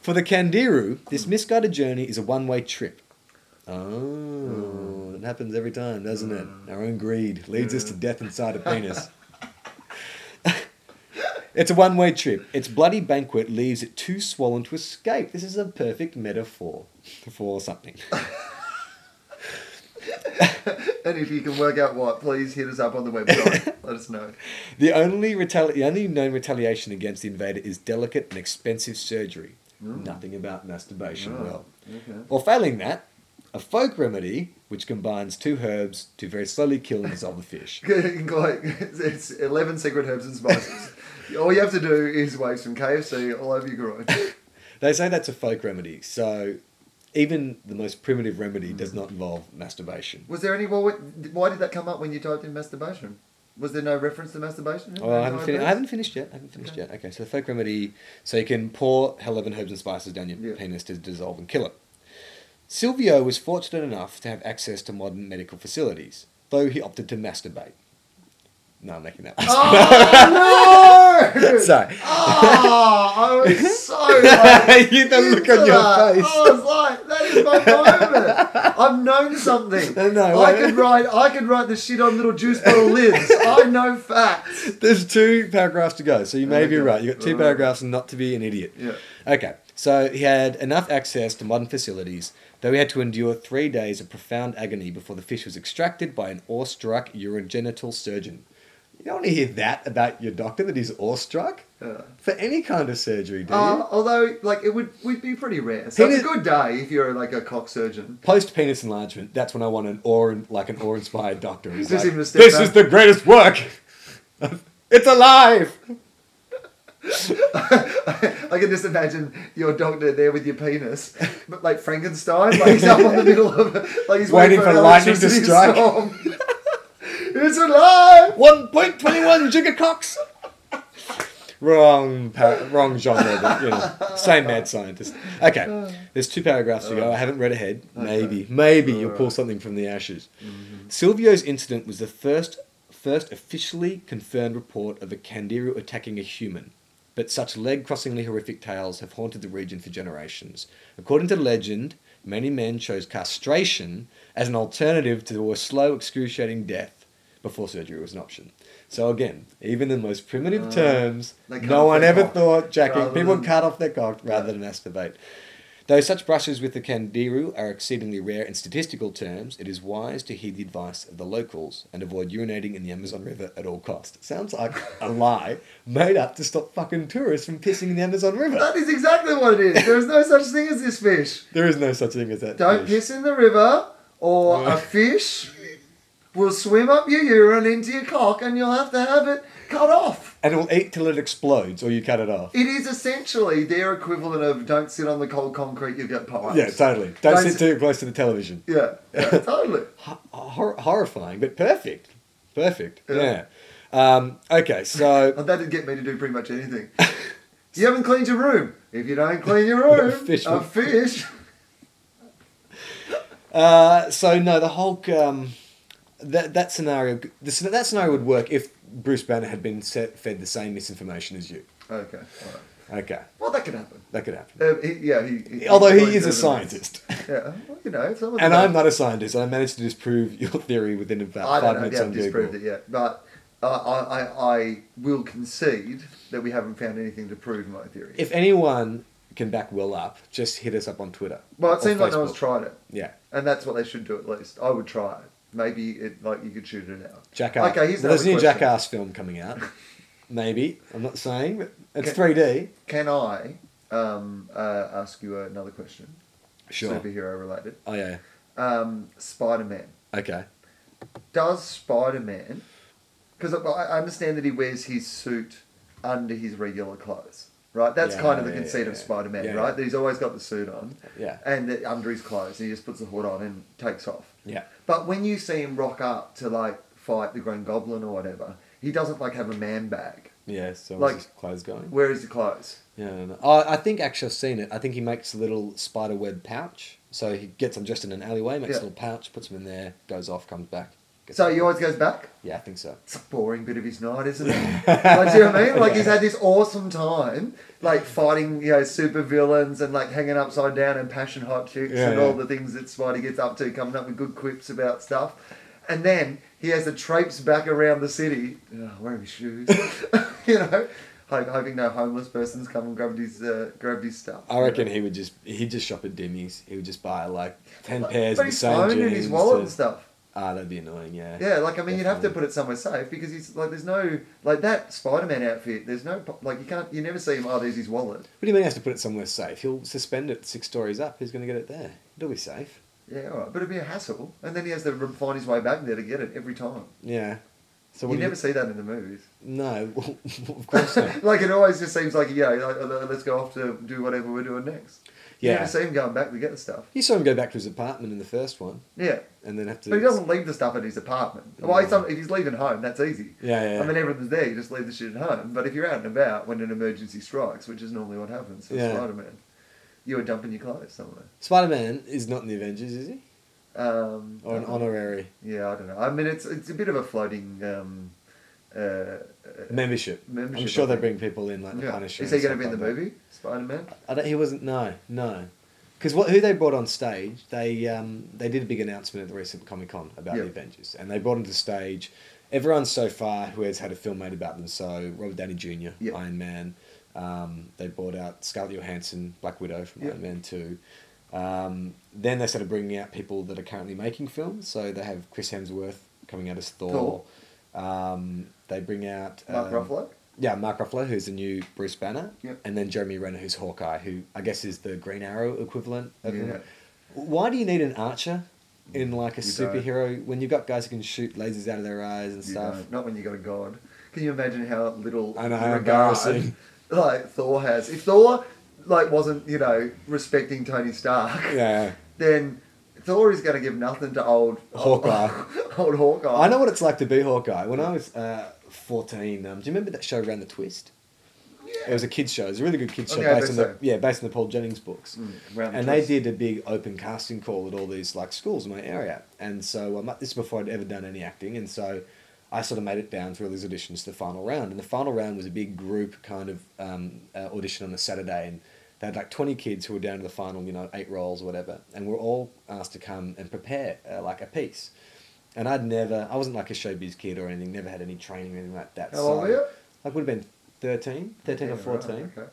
Speaker 1: For the Kandiru, this misguided journey is a one way trip. Oh, it happens every time, doesn't it? Our own greed leads us to death inside a penis. it's a one way trip. Its bloody banquet leaves it too swollen to escape. This is a perfect metaphor for something.
Speaker 2: And if you can work out what, please hit us up on the website. Let us know.
Speaker 1: The only, retali- the only known retaliation against the invader is delicate and expensive surgery. Nothing about masturbation,
Speaker 2: Oh,
Speaker 1: well.
Speaker 2: okay.
Speaker 1: Or failing that, a folk remedy which combines two herbs to very slowly kill and dissolve the fish.
Speaker 2: Like, it's 11 secret herbs and spices. All you have to do is wave some KFC all over your groin.
Speaker 1: They say that's a folk remedy, so even the most primitive remedy does not involve masturbation.
Speaker 2: Was there any. Well, what, why did that come up when you typed in masturbation? Was there no reference to masturbation?
Speaker 1: Oh, I haven't,
Speaker 2: No
Speaker 1: fin- I
Speaker 2: reference?
Speaker 1: haven't finished yet. I haven't finished
Speaker 2: Okay.
Speaker 1: yet. Okay, so the folk remedy, so you can pour hell eleven herbs and spices down your
Speaker 2: Yeah.
Speaker 1: penis to dissolve and kill it. Silvio was fortunate enough to have access to modern medical facilities, though he opted to masturbate. No, I'm making that. up.
Speaker 2: Oh, no!
Speaker 1: Sorry.
Speaker 2: Oh, I was so like,
Speaker 1: You- the look on
Speaker 2: into
Speaker 1: your
Speaker 2: that.
Speaker 1: face.
Speaker 2: I was like, that is my moment. I've known something.
Speaker 1: I know,
Speaker 2: I
Speaker 1: right?
Speaker 2: could write. I could write the shit on little juice bottle lids. I know facts.
Speaker 1: There's two paragraphs to go, so you may be
Speaker 2: Okay.
Speaker 1: right. You got two
Speaker 2: Alright.
Speaker 1: paragraphs, and not to be an idiot.
Speaker 2: Yeah.
Speaker 1: Okay, so he had enough access to modern facilities, though he had to endure three days of profound agony before the fish was extracted by an awestruck urogenital surgeon. You don't want to hear that about your doctor that he's awestruck
Speaker 2: Yeah.
Speaker 1: for any kind of surgery, do you?
Speaker 2: Um, although, like, it would would be pretty rare. So
Speaker 1: Penis-
Speaker 2: it's a good day if you're like a cock surgeon.
Speaker 1: Post penis enlargement, that's when I want an awe, like an awe-inspired doctor. He's
Speaker 2: Just
Speaker 1: like,
Speaker 2: even a
Speaker 1: this
Speaker 2: step back."
Speaker 1: is the greatest work. it's alive.
Speaker 2: I can just imagine your doctor there with your penis, but like Frankenstein, like he's up on the middle of, like
Speaker 1: Waiting
Speaker 2: he's waiting,
Speaker 1: for
Speaker 2: an
Speaker 1: lightning to
Speaker 2: electricity
Speaker 1: strike.
Speaker 2: storm. it's alive.
Speaker 1: One point twenty-one gigacocks. wrong, par- wrong genre, but you know, same mad scientist. Okay, there's two paragraphs to go. I haven't read ahead. Maybe, maybe you'll pull something from the ashes. Silvio's incident was the first, first officially confirmed report of a candiru attacking a human. But such leg-crossingly horrific tales have haunted the region for generations. According to legend, many men chose castration as an alternative to a slow, excruciating death before surgery was an option. So again, even in the most primitive
Speaker 2: Uh,
Speaker 1: terms,
Speaker 2: they cut
Speaker 1: no
Speaker 2: off
Speaker 1: one
Speaker 2: their
Speaker 1: ever
Speaker 2: cock
Speaker 1: thought jacking.
Speaker 2: rather
Speaker 1: People
Speaker 2: than-
Speaker 1: cut off their cock rather than masturbate. Though such brushes with the candiru are exceedingly rare in statistical terms, it is wise to heed the advice of the locals and avoid urinating in the Amazon River at all cost. Sounds like a lie made up to stop fucking tourists from pissing in the Amazon River.
Speaker 2: That is exactly what it is. There's no such thing as this fish.
Speaker 1: There is no such thing as that.
Speaker 2: Don't
Speaker 1: fish.
Speaker 2: piss in the river, or a fish will swim up your urine into your cock, and you'll have to have it cut off.
Speaker 1: And it will eat till it explodes or you cut it off.
Speaker 2: It is essentially their equivalent of "Don't sit on the cold concrete, you get pies."
Speaker 1: Yeah, totally. Don't
Speaker 2: Don't
Speaker 1: sit
Speaker 2: s-
Speaker 1: too close to the television.
Speaker 2: yeah, yeah, totally.
Speaker 1: Hor- hor- horrifying, but perfect. Perfect. Yeah.
Speaker 2: Yeah.
Speaker 1: Um, okay, so
Speaker 2: And that'd Oh, get me to do pretty much anything. you haven't cleaned your room. If you don't clean your room,
Speaker 1: A fish will-
Speaker 2: a fish.
Speaker 1: uh, so no, the Hulk. Um, that that scenario, the, scen- that scenario would work if Bruce Banner had been set, fed the same misinformation as you.
Speaker 2: Okay. All right.
Speaker 1: Okay,
Speaker 2: Well, that could happen.
Speaker 1: that could happen.
Speaker 2: Um, he, yeah, he, he-
Speaker 1: Although
Speaker 2: he's
Speaker 1: he is a
Speaker 2: doing
Speaker 1: scientist,
Speaker 2: it. Yeah, well, you know, if someone's
Speaker 1: and
Speaker 2: about-
Speaker 1: I'm not a scientist, and I managed to disprove your theory within
Speaker 2: I
Speaker 1: about
Speaker 2: don't
Speaker 1: five
Speaker 2: know.
Speaker 1: minutes
Speaker 2: yeah,
Speaker 1: on
Speaker 2: I've disproved
Speaker 1: Google.
Speaker 2: it yet, but uh, I, I, I will concede that we haven't found anything to prove my theory.
Speaker 1: If anyone can back Will up, just hit us up on Twitter.
Speaker 2: well,
Speaker 1: or
Speaker 2: it seems like no one's
Speaker 1: Facebook.
Speaker 2: tried it,
Speaker 1: Yeah.
Speaker 2: and that's what they should do at least. I would try it. Maybe it like you could shoot it out.
Speaker 1: Jackass.
Speaker 2: Okay, here's
Speaker 1: well, there's a
Speaker 2: another
Speaker 1: new
Speaker 2: question.
Speaker 1: Jackass film coming out. Maybe I'm not saying, but it's
Speaker 2: Okay.
Speaker 1: 3D.
Speaker 2: Can I um, uh, ask you another question?
Speaker 1: Sure.
Speaker 2: Superhero related.
Speaker 1: Oh yeah.
Speaker 2: Um, Spider Man.
Speaker 1: Okay.
Speaker 2: Does Spider Man. Because I I understand that he wears his suit under his regular clothes, right? That's
Speaker 1: Yeah,
Speaker 2: kind of the
Speaker 1: yeah,
Speaker 2: conceit
Speaker 1: yeah,
Speaker 2: of
Speaker 1: yeah.
Speaker 2: Spider Man,
Speaker 1: Yeah,
Speaker 2: right?
Speaker 1: yeah.
Speaker 2: That he's always got the suit on.
Speaker 1: Yeah.
Speaker 2: And that under his clothes, and he just puts the hood on and takes off.
Speaker 1: Yeah.
Speaker 2: But when you see him rock up to, like, fight the Green Goblin or whatever, he doesn't, like, have a man bag.
Speaker 1: Yeah. So
Speaker 2: Like-
Speaker 1: his clothes going?
Speaker 2: Where is the clothes?
Speaker 1: Yeah. No, no. Oh, I think actually I've seen it. I think he makes a little spider web pouch. So he gets them just in an alleyway, makes
Speaker 2: Yeah.
Speaker 1: a little pouch, puts them in there, goes off, comes back.
Speaker 2: So he always goes back?
Speaker 1: Yeah, I think so.
Speaker 2: It's a boring bit of his night, isn't it? like, do you know what I mean? Like, he's had this awesome time, like, fighting, you know, super villains and, like, hanging upside down and passion hot chicks
Speaker 1: Yeah,
Speaker 2: and
Speaker 1: yeah.
Speaker 2: all the things that Spidey gets up to, coming up with good quips about stuff. And then he has the traipse back around the city, oh, wearing his shoes, you know, ho- hoping no homeless person's come and grabbed his, uh, grabbed his stuff.
Speaker 1: I reckon he would just he'd just shop at Dimmy's. He would just buy like ten pairs of
Speaker 2: But
Speaker 1: the
Speaker 2: his
Speaker 1: same
Speaker 2: phone
Speaker 1: jeans.
Speaker 2: and his wallet
Speaker 1: to-
Speaker 2: and stuff.
Speaker 1: Ah, that'd be annoying. Yeah.
Speaker 2: Yeah, like I mean, you'd have to
Speaker 1: Definitely.
Speaker 2: put it somewhere safe because he's like, there's no like that Spider-Man outfit. There's no po- like you can't, you never see him. Oh, there's his wallet.
Speaker 1: What do you mean he has to put it somewhere safe? He'll suspend it six stories up. He's going to get it there. It'll be safe.
Speaker 2: Yeah, all right, but it'd be a hassle, and then he has to re- find his way back there to get it every time.
Speaker 1: Yeah. So
Speaker 2: you
Speaker 1: what do
Speaker 2: never see that in the movies.
Speaker 1: No, of course not.
Speaker 2: Like it always just seems like yeah, like, uh, let's go off to do whatever we're doing next. You
Speaker 1: Yeah.
Speaker 2: never see him going back to get the stuff.
Speaker 1: You saw him go back to his apartment in the first one,
Speaker 2: Yeah,
Speaker 1: and then have to.
Speaker 2: but he doesn't leave the stuff at his apartment. Well, he's
Speaker 1: No.
Speaker 2: not- if he's leaving home, that's easy.
Speaker 1: Mm. Yeah, yeah. yeah.
Speaker 2: I mean, everyone's there. You just leave the shit at home. But if you're out and about when an emergency strikes, which is normally what happens for
Speaker 1: Yeah.
Speaker 2: Spider-Man, you are dumping your clothes somewhere.
Speaker 1: Spider-Man is not in the Avengers, is he?
Speaker 2: Um,
Speaker 1: Or an honorary
Speaker 2: Yeah, I don't know. I mean, it's it's a bit of a floating um, uh, uh,
Speaker 1: membership.
Speaker 2: membership.
Speaker 1: I'm sure
Speaker 2: I
Speaker 1: they
Speaker 2: think.
Speaker 1: bring people in like the
Speaker 2: Yeah.
Speaker 1: Punisher.
Speaker 2: Is
Speaker 1: and
Speaker 2: he going to
Speaker 1: stuff
Speaker 2: be in the
Speaker 1: like that.
Speaker 2: movie, Spider Man?
Speaker 1: I don't, he wasn't. No, no. Because what who they brought on stage, they um, they did a big announcement at the recent Comic Con about
Speaker 2: Yeah.
Speaker 1: the Avengers, and they brought onto stage everyone so far who has had a film made about them. So Robert Downey Jr.,
Speaker 2: Yeah.
Speaker 1: Iron Man. Um, they brought out Scarlett Johansson, Black Widow from
Speaker 2: Yeah.
Speaker 1: Iron Man Two. Um, then they started bringing out people that are currently making films. So they have Chris Hemsworth coming out as Thor. Um, they bring out
Speaker 2: Mark
Speaker 1: um,
Speaker 2: Ruffalo.
Speaker 1: yeah, Mark Ruffalo, who's the new Bruce Banner,
Speaker 2: Yep.
Speaker 1: and then Jeremy Renner, who's Hawkeye, who I guess is the Green Arrow equivalent. Of him.
Speaker 2: Yeah. Mm,
Speaker 1: Why do you need an archer in like a
Speaker 2: You don't.
Speaker 1: superhero when you've got guys who can shoot lasers out of their eyes and
Speaker 2: You
Speaker 1: stuff?
Speaker 2: don't. Not when you got a god. Can you imagine how little
Speaker 1: I know, how
Speaker 2: regard,
Speaker 1: embarrassing.
Speaker 2: like Thor has? If Thor like wasn't you know respecting Tony Stark,
Speaker 1: Yeah,
Speaker 2: then Thor is going to give nothing to old
Speaker 1: Hawkeye.
Speaker 2: old Hawkeye.
Speaker 1: I know what it's like to be Hawkeye. When I was uh, fourteen, um, do you remember that show around the twist? It was a kids show. It was a really good kids show
Speaker 2: Okay, I
Speaker 1: based
Speaker 2: think
Speaker 1: on
Speaker 2: so.
Speaker 1: the yeah based on the Paul Jennings books.
Speaker 2: Mm, Round the
Speaker 1: and
Speaker 2: Twist.
Speaker 1: they did a big open casting call at all these like schools in my area. And so um, this is before I'd ever done any acting, and so I sort of made it down through all these auditions to the final round. And the final round was a big group kind of um, uh, audition on a Saturday, and they had like twenty kids who were down to the final, you know, eight roles or whatever, and we're all asked to come and prepare uh, like a piece. And I'd never, I wasn't like a showbiz kid or anything, never had any training or anything like that.
Speaker 2: How old
Speaker 1: So-
Speaker 2: were you?
Speaker 1: I would have been 13, 13 or
Speaker 2: Yeah,
Speaker 1: 14.
Speaker 2: Right, okay.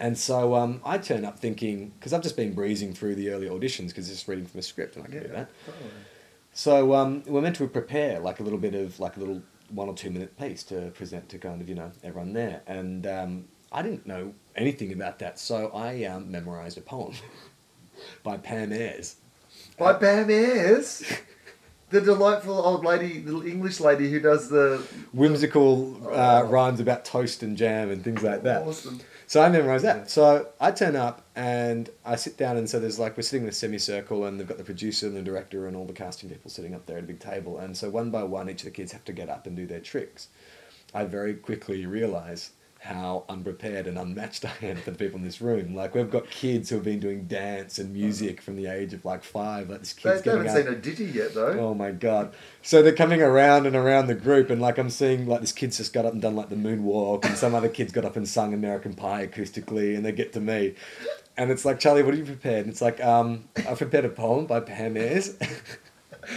Speaker 1: And so um, I turn up thinking, because I've just been breezing through the early auditions because it's reading from a script and I can do
Speaker 2: Yeah.
Speaker 1: that.
Speaker 2: totally.
Speaker 1: So um, we're meant to prepare like a little bit of like a little one or two minute piece to present to kind of you know everyone there, and um, I didn't know anything about that, so I um, memorized a poem by Pam Ayres.
Speaker 2: By Pam Ayres, the delightful old lady, little English lady who does the
Speaker 1: Whimsical uh,
Speaker 2: Oh.
Speaker 1: rhymes about toast and jam and things like that.
Speaker 2: awesome.
Speaker 1: So I memorized that. So I turn up and I sit down, and so there's like we're sitting in a semicircle, and they've got the producer and the director and all the casting people sitting up there at a big table. And so one by one, each of the kids have to get up and do their tricks. I very quickly realize how unprepared and unmatched I am for the people in this room. Like we've got kids who have been doing dance and music from the age of like five. Like this
Speaker 2: They,
Speaker 1: kid's
Speaker 2: they
Speaker 1: getting
Speaker 2: haven't
Speaker 1: up.
Speaker 2: seen a ditty yet though.
Speaker 1: Oh my god! So they're coming around and around the group, and like I'm seeing, like this kid's just got up and done like the moonwalk, and some other kid's got up and sung American Pie acoustically, and they get to me, and it's like Charlie, what have you prepared? And it's like, um, I prepared a poem by Pam Ayres.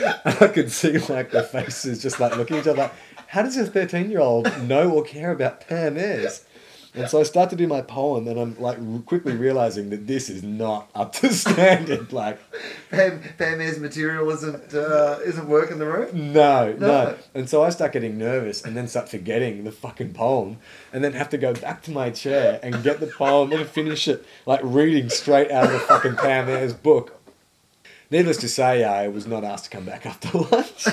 Speaker 1: And I could see like the faces just like looking at each other. Like, How does a thirteen-year-old know or care about Pam Ayres? And so I start to do my poem, and I'm like quickly realizing that this is not up to standard. Like,
Speaker 2: Pam, Pam Ayres material isn't uh, isn't working the room.
Speaker 1: No, no,
Speaker 2: No.
Speaker 1: And so I start getting nervous and then start forgetting the fucking poem and then have to go back to my chair and get the poem and finish it like reading straight out of the fucking Pam Ayres book. Needless to say, I was not asked to come back after lunch.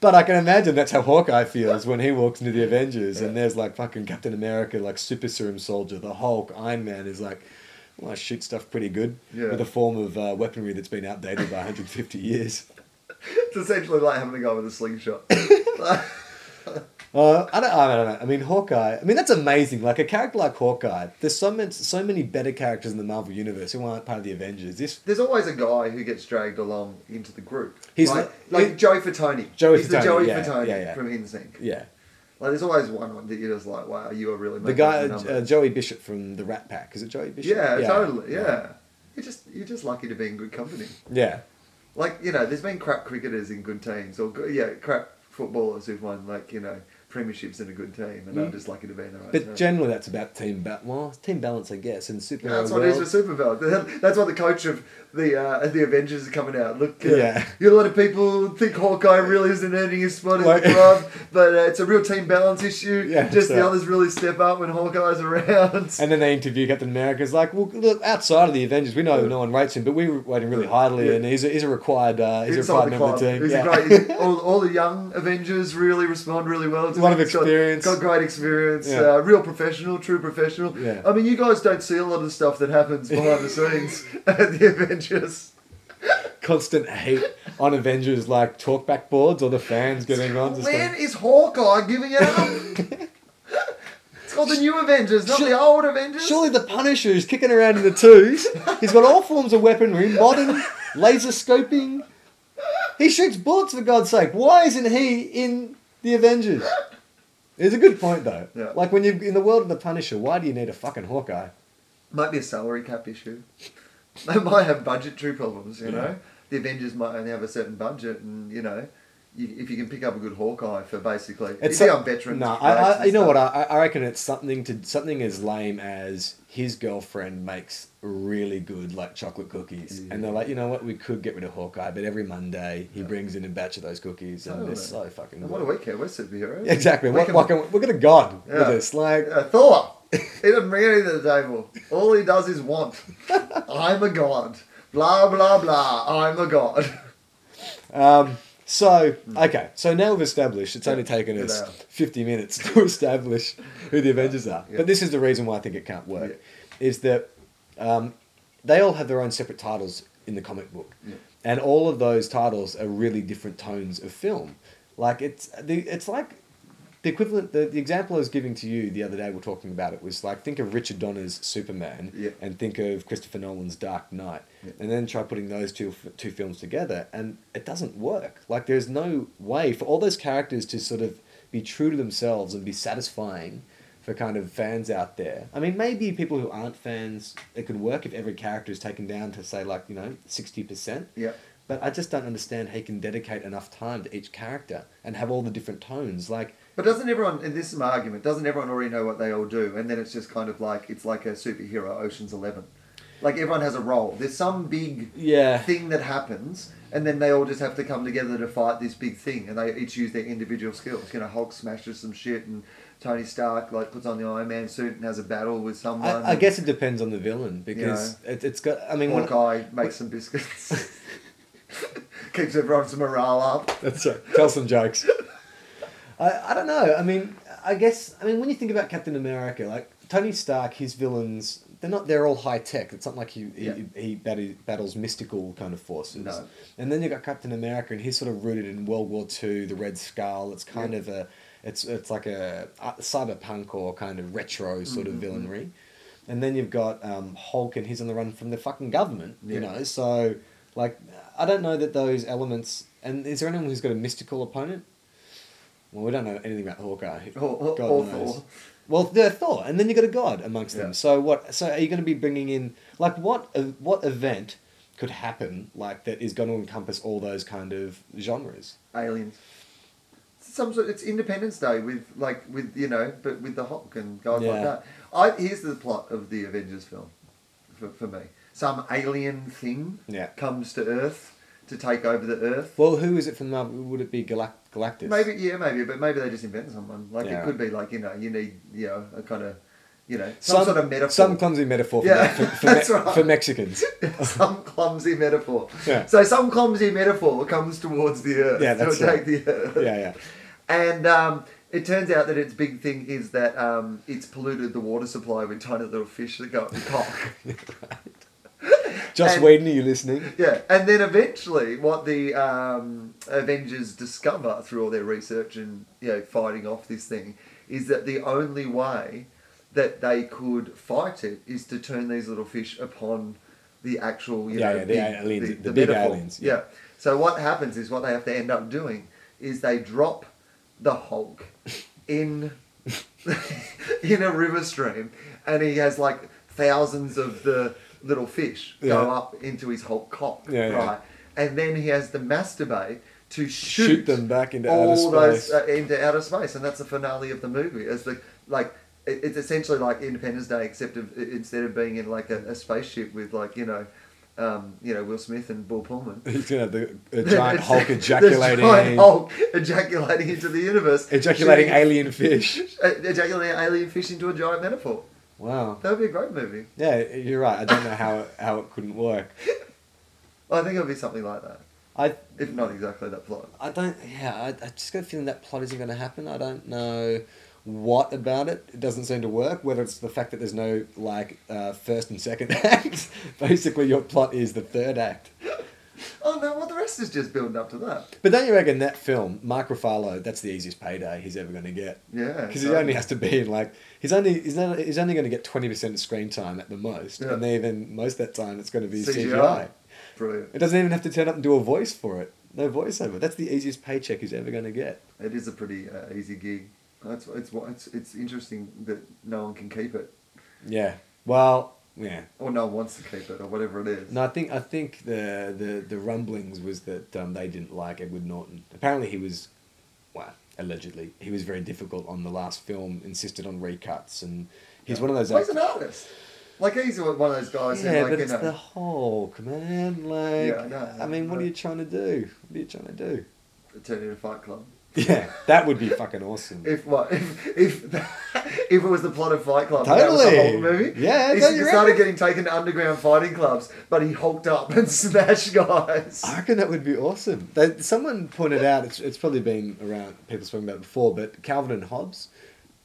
Speaker 1: But I can imagine that's how Hawkeye feels when he walks into the Avengers and there's like fucking Captain America, like Super Serum Soldier, the Hulk, Iron Man is like, well, I shoot stuff pretty good
Speaker 2: Yeah.
Speaker 1: with a form of uh, weaponry that's been outdated by 150 years.
Speaker 2: It's essentially like having a go with a slingshot.
Speaker 1: Uh, I don't, I don't know. I mean, Hawkeye. I mean, that's amazing. Like a character like Hawkeye. There's so many, so many better characters in the Marvel universe who aren't part of the Avengers. This
Speaker 2: There's always a guy who gets dragged along into the group.
Speaker 1: He's
Speaker 2: like,
Speaker 1: not-
Speaker 2: like
Speaker 1: he-
Speaker 2: Joey Fatone.
Speaker 1: Joey
Speaker 2: He's
Speaker 1: Fatone,
Speaker 2: the Joey
Speaker 1: yeah,
Speaker 2: Fatone
Speaker 1: yeah, yeah.
Speaker 2: from InSync.
Speaker 1: Yeah.
Speaker 2: Like there's always one that you're just like, wow, you are really
Speaker 1: The
Speaker 2: making
Speaker 1: guy,
Speaker 2: up number.
Speaker 1: uh, Joey Bishop from the Rat Pack. Is it Joey Bishop?
Speaker 2: yeah, totally. Yeah. You're just you're just lucky to be in good company.
Speaker 1: Yeah.
Speaker 2: Like you know, there's been crap cricketers in good teams, or good, yeah, crap footballers who've won like you know premierships in a good team, and I'm just lucky to be in the right.
Speaker 1: Mm. But
Speaker 2: team.
Speaker 1: generally, that's about team balance. Well, it's team balance, I guess, in super.
Speaker 2: That's what it is with Superbell. That's what the coach of the uh, the Avengers is coming out. Look, uh,
Speaker 1: Yeah.
Speaker 2: you know, a lot of people think Hawkeye really isn't earning his spot in
Speaker 1: Like-
Speaker 2: the club, but uh, it's a real team balance issue.
Speaker 1: Yeah,
Speaker 2: just the
Speaker 1: so-
Speaker 2: others really step up when Hawkeye's around.
Speaker 1: And then they interview Captain America. It's like, well, look, outside of the Avengers, we know no one rates him, but we rate him really highly,
Speaker 2: Yeah.
Speaker 1: and he's a, he's a required uh, he's a required
Speaker 2: Inside the
Speaker 1: member
Speaker 2: club.
Speaker 1: of the team.
Speaker 2: He's a
Speaker 1: Yeah.
Speaker 2: great, all, all the young Avengers really respond really well.
Speaker 1: A
Speaker 2: To
Speaker 1: lot
Speaker 2: him.
Speaker 1: of
Speaker 2: He's got-
Speaker 1: experience.
Speaker 2: Got, great experience.
Speaker 1: Yeah.
Speaker 2: Uh, real professional, true professional.
Speaker 1: Yeah.
Speaker 2: I mean, you guys don't see a lot of the stuff that happens behind the scenes at the Avengers.
Speaker 1: Constant hate on Avengers like talkback boards or the fans getting on. to
Speaker 2: When
Speaker 1: stuff.
Speaker 2: is Hawkeye giving it up? it's called the new Avengers, not
Speaker 1: Sure-
Speaker 2: the old Avengers.
Speaker 1: Surely the Punisher is kicking around in the twos. He's got all forms of weaponry, modern laser scoping. He shoots bullets for God's sake. Why isn't he in the Avengers? It's a good point though.
Speaker 2: Yeah.
Speaker 1: Like when you're in the world of the Punisher, why do you need a fucking Hawkeye?
Speaker 2: Might be a salary cap issue. They might have budgetary problems, you
Speaker 1: Yeah.
Speaker 2: know. The Avengers might only have a certain budget, and you know, you, if you can pick up a good Hawkeye for basically,
Speaker 1: It's
Speaker 2: it's you
Speaker 1: so-
Speaker 2: on veterans.
Speaker 1: No, I,
Speaker 2: breaks
Speaker 1: I,
Speaker 2: and
Speaker 1: you know
Speaker 2: stuff.
Speaker 1: what? I, I reckon it's something to something as lame as his girlfriend makes really good like chocolate cookies, and they're like, you know what? We could get rid of Hawkeye, but every Monday he brings in a batch of those cookies, and they're so
Speaker 2: Totally.
Speaker 1: fucking.
Speaker 2: And
Speaker 1: good.
Speaker 2: what do we care? We're superheroes.
Speaker 1: Yeah, Exactly.
Speaker 2: We
Speaker 1: What,
Speaker 2: can-
Speaker 1: what can, we're gonna God with
Speaker 2: Yeah.
Speaker 1: this. Like,
Speaker 2: Yeah, Thor. He doesn't bring anything to the table. All he does is want. I'm a god. Blah blah blah. I'm a god.
Speaker 1: um, so okay. So now we've established. It's only taken
Speaker 2: Good
Speaker 1: us
Speaker 2: hour.
Speaker 1: fifty minutes to establish who the Avengers are.
Speaker 2: Yeah.
Speaker 1: But this is the reason why I think it can't work, is that um, they all have their own separate titles in the comic book,
Speaker 2: Yeah.
Speaker 1: and all of those titles are really different tones of film. Like it's the it's like the equivalent. The, the example I was giving to you the other day, we we're talking about it was like think of Richard Donner's Superman,
Speaker 2: Yeah.
Speaker 1: and think of Christopher Nolan's Dark Knight,
Speaker 2: Yeah.
Speaker 1: and then try putting those two two films together, and it doesn't work. Like there's no way for all those characters to sort of be true to themselves and be satisfying for kind of fans out there. I mean, maybe people who aren't fans, it could work if every character is taken down to say like you know sixty percent.
Speaker 2: Yeah.
Speaker 1: But I just don't understand how you can dedicate enough time to each character and have all the different tones. Like,
Speaker 2: But doesn't everyone, and this is my argument, doesn't everyone already know what they all do? And then it's just kind of like, it's like a superhero, Ocean's Eleven. Like everyone has a role. There's some big
Speaker 1: yeah,
Speaker 2: thing that happens, and then they all just have to come together to fight this big thing, and they each use their individual skills. You know, Hulk smashes some shit, and Tony Stark, like, puts on the Iron Man suit and has a battle with someone.
Speaker 1: I, I guess it depends on the villain because it, it's got. I mean, when,
Speaker 2: Hawkeye makes some biscuits. Keeps everyone's morale up.
Speaker 1: That's right. Tell some jokes. I, I don't know. I mean, I guess, I mean, when you think about Captain America, like Tony Stark, his villains, they're not, they're all high tech. It's not like he, he,
Speaker 2: Yeah.
Speaker 1: he bat- battles mystical kind of forces.
Speaker 2: No.
Speaker 1: And then you've got Captain America, and he's sort of rooted in World War II, the Red Skull. It's kind
Speaker 2: Yeah.
Speaker 1: of a, it's, it's like a uh, cyberpunk or kind of retro sort
Speaker 2: Mm-hmm,
Speaker 1: of villainry. And then you've got um, Hulk, and he's on the run from the fucking government, you
Speaker 2: Yeah.
Speaker 1: know? So, like, I don't know that those elements. And is there anyone who's got a mystical opponent? Well, we don't know anything about Hawkeye.
Speaker 2: Or, or,
Speaker 1: God
Speaker 2: or
Speaker 1: knows.
Speaker 2: Thor.
Speaker 1: Well, they're Thor, and then you got a god amongst
Speaker 2: Yeah.
Speaker 1: them. So what? So are you going to be bringing in like what? uh, What event could happen like that is going to encompass all those kind of genres?
Speaker 2: aliens. Some sort. It's Independence Day with like with you know, but with the Hulk and guys
Speaker 1: Yeah.
Speaker 2: like that. I here's the plot of the Avengers film, for, for me. Some alien thing
Speaker 1: Yeah.
Speaker 2: comes to Earth to take over the Earth.
Speaker 1: Well, who is it from Marvel? Would it be Galact- Galactus?
Speaker 2: Maybe yeah, maybe, but maybe they just invent someone. Like
Speaker 1: Yeah.
Speaker 2: it could be like you know, you need you know a kind of you know some, sort of metaphor.
Speaker 1: Some clumsy metaphor for,
Speaker 2: Yeah,
Speaker 1: for, for,
Speaker 2: that's
Speaker 1: Me-
Speaker 2: right.
Speaker 1: for Mexicans.
Speaker 2: some clumsy metaphor.
Speaker 1: Yeah.
Speaker 2: So some clumsy metaphor comes towards the earth.
Speaker 1: Yeah, that's
Speaker 2: to
Speaker 1: right.
Speaker 2: attack the earth.
Speaker 1: yeah, yeah.
Speaker 2: And um, it turns out that its big thing is that um, it's polluted the water supply with tiny little fish that go up the cock.
Speaker 1: Joss
Speaker 2: And-
Speaker 1: Whedon, are you listening?
Speaker 2: Yeah, and then eventually, what the um, Avengers discover through all their research and you know fighting off this thing is that the only way that they could fight it is to turn these little fish upon the actual you
Speaker 1: Yeah,
Speaker 2: know
Speaker 1: yeah, the aliens, the big aliens, yeah.
Speaker 2: Yeah. So what happens is what they have to end up doing is they drop the Hulk in in a river stream, and he has like thousands of the little fish go
Speaker 1: Yeah.
Speaker 2: up into his whole cock,
Speaker 1: Yeah, yeah.
Speaker 2: right? And then he has to masturbate to shoot,
Speaker 1: Shoot, them back into outer
Speaker 2: all
Speaker 1: space.
Speaker 2: those uh, into outer space, and that's the finale of the movie. It's like like it- it's essentially like Independence Day, except of, i- instead of being in like a, a spaceship with like you know. Um, you know Will Smith and Bull Pullman.
Speaker 1: He's gonna have the a giant Hulk
Speaker 2: This
Speaker 1: ejaculating,
Speaker 2: giant Hulk ejaculating into the universe,
Speaker 1: ejaculating
Speaker 2: shooting-
Speaker 1: alien fish.
Speaker 2: uh, ejaculating alien fish into a giant metaphor.
Speaker 1: Wow.
Speaker 2: That would be a great movie.
Speaker 1: Yeah, you're right. I don't know how it, how it couldn't work.
Speaker 2: I think it would be something like that,
Speaker 1: I
Speaker 2: if not exactly that plot.
Speaker 1: I don't. Yeah, I, I just got a feeling that plot isn't going to happen. I don't know what about it. It doesn't seem to work. Whether it's the fact that there's no like uh, first and second act. Basically, your plot is the third act.
Speaker 2: Oh no, well the rest is just building up to that.
Speaker 1: But don't you reckon that film, Mark Ruffalo, that's the easiest payday he's ever going to get?
Speaker 2: Yeah,
Speaker 1: Because he
Speaker 2: so-
Speaker 1: only has to be in like he's only he's, not, he's only going to get twenty percent of screen time at the most,
Speaker 2: Yeah.
Speaker 1: and even most of that time it's going to be CGI.
Speaker 2: Brilliant.
Speaker 1: It doesn't even have to turn up and do a voice for it. No voiceover. That's the easiest paycheck he's ever going to get.
Speaker 2: It is a pretty uh, easy gig. That's it's why- it's it's interesting that no one can keep it,
Speaker 1: Yeah. Well, yeah.
Speaker 2: or no one wants to keep it, or whatever it is.
Speaker 1: No, I think I think the the, the rumblings was that um, they didn't like Edward Norton. Apparently, he was, well, allegedly, he was very difficult on the last film. Insisted on recuts, and he's one of those.
Speaker 2: Well, he's
Speaker 1: act-
Speaker 2: an artist. Like he's one of those guys
Speaker 1: yeah,
Speaker 2: who like
Speaker 1: but
Speaker 2: you
Speaker 1: it's
Speaker 2: know.
Speaker 1: the Hulk, man. Like,
Speaker 2: I know,
Speaker 1: I mean, what
Speaker 2: but-
Speaker 1: are you trying to do? What are you trying to do?
Speaker 2: Turn into Fight Club.
Speaker 1: Yeah, that would be fucking awesome.
Speaker 2: If what if if if it was the plot of Fight Club, that was the
Speaker 1: Totally.
Speaker 2: whole movie.
Speaker 1: Yeah,
Speaker 2: he
Speaker 1: don't you
Speaker 2: started
Speaker 1: reckon?
Speaker 2: getting taken to underground fighting clubs, but he hulked up and smashed guys.
Speaker 1: I reckon that would be awesome. They, someone pointed out it's, it's probably been around people spoken about it before, but Calvin and Hobbes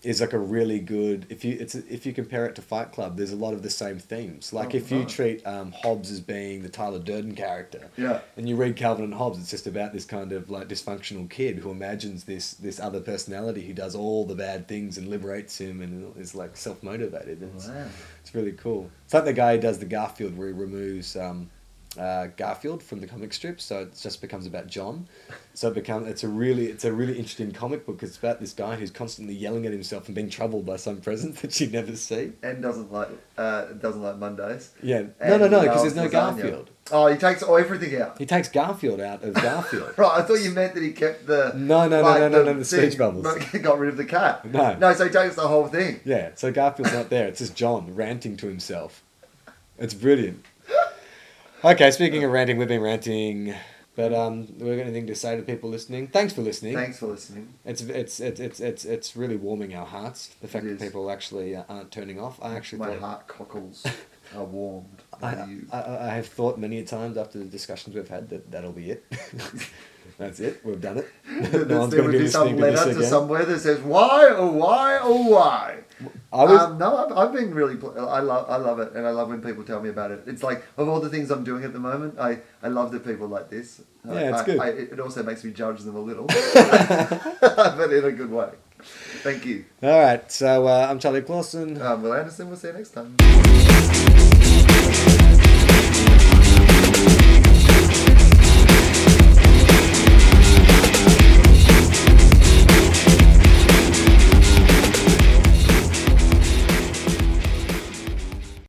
Speaker 1: is like a really good if you it's if you compare it to Fight Club. There's a lot of the same themes. Like
Speaker 2: Oh,
Speaker 1: if you
Speaker 2: right.
Speaker 1: treat um, Hobbes as being the Tyler Durden character,
Speaker 2: Yeah.
Speaker 1: and you read Calvin and Hobbes, it's just about this kind of like dysfunctional kid who imagines this this other personality who does all the bad things and liberates him and is like self motivated. It's,
Speaker 2: Wow.
Speaker 1: it's really cool. It's like the guy who does the Garfield where he removes um, uh, Garfield from the comic strip, so it just becomes about John. So it become it's a really it's a really interesting comic book. It's about this guy who's constantly yelling at himself and being troubled by some presence that you never see.
Speaker 2: And doesn't like uh, doesn't like Mondays.
Speaker 1: Yeah, no,
Speaker 2: And
Speaker 1: no, no, because
Speaker 2: loves
Speaker 1: there's no
Speaker 2: lasagna.
Speaker 1: Garfield.
Speaker 2: Oh, he takes all everything out.
Speaker 1: He takes Garfield out of Garfield.
Speaker 2: Right, I thought you meant that he kept the
Speaker 1: No, no, no, no, no, no, the
Speaker 2: thing,
Speaker 1: speech bubbles.
Speaker 2: but Got rid of the cat.
Speaker 1: No.
Speaker 2: no, so he takes the whole thing.
Speaker 1: Yeah, so Garfield's not there. It's just John ranting to himself. It's brilliant. Okay, speaking of ranting, we've been ranting. But um, we got anything to say to people listening? Thanks for listening.
Speaker 2: Thanks for listening.
Speaker 1: It's it's it's it's it's it's really warming our hearts. The fact
Speaker 2: It
Speaker 1: that
Speaker 2: is.
Speaker 1: people actually uh, aren't turning off. I actually
Speaker 2: My
Speaker 1: thought,
Speaker 2: heart cockles are warmed by
Speaker 1: I,
Speaker 2: you.
Speaker 1: I, I I have thought many a times after the discussions we've had that that'll be it. That's it. We've done it.
Speaker 2: There
Speaker 1: no one's
Speaker 2: there
Speaker 1: going to be
Speaker 2: would be some
Speaker 1: listening to this
Speaker 2: letter to
Speaker 1: again.
Speaker 2: somewhere that says why oh why oh why.
Speaker 1: I was
Speaker 2: um, no, I've, I've been really. pl- I love, I love it, and I love when people tell me about it. It's like of all the things I'm doing at the moment, I, I love that people like this. I-
Speaker 1: Yeah, it's
Speaker 2: I-
Speaker 1: good.
Speaker 2: I, it also makes me judge them a little, but in a good way. Thank you,
Speaker 1: all right. So uh, I'm Charlie Clausen.
Speaker 2: um, Will Anderson. We'll see you next time.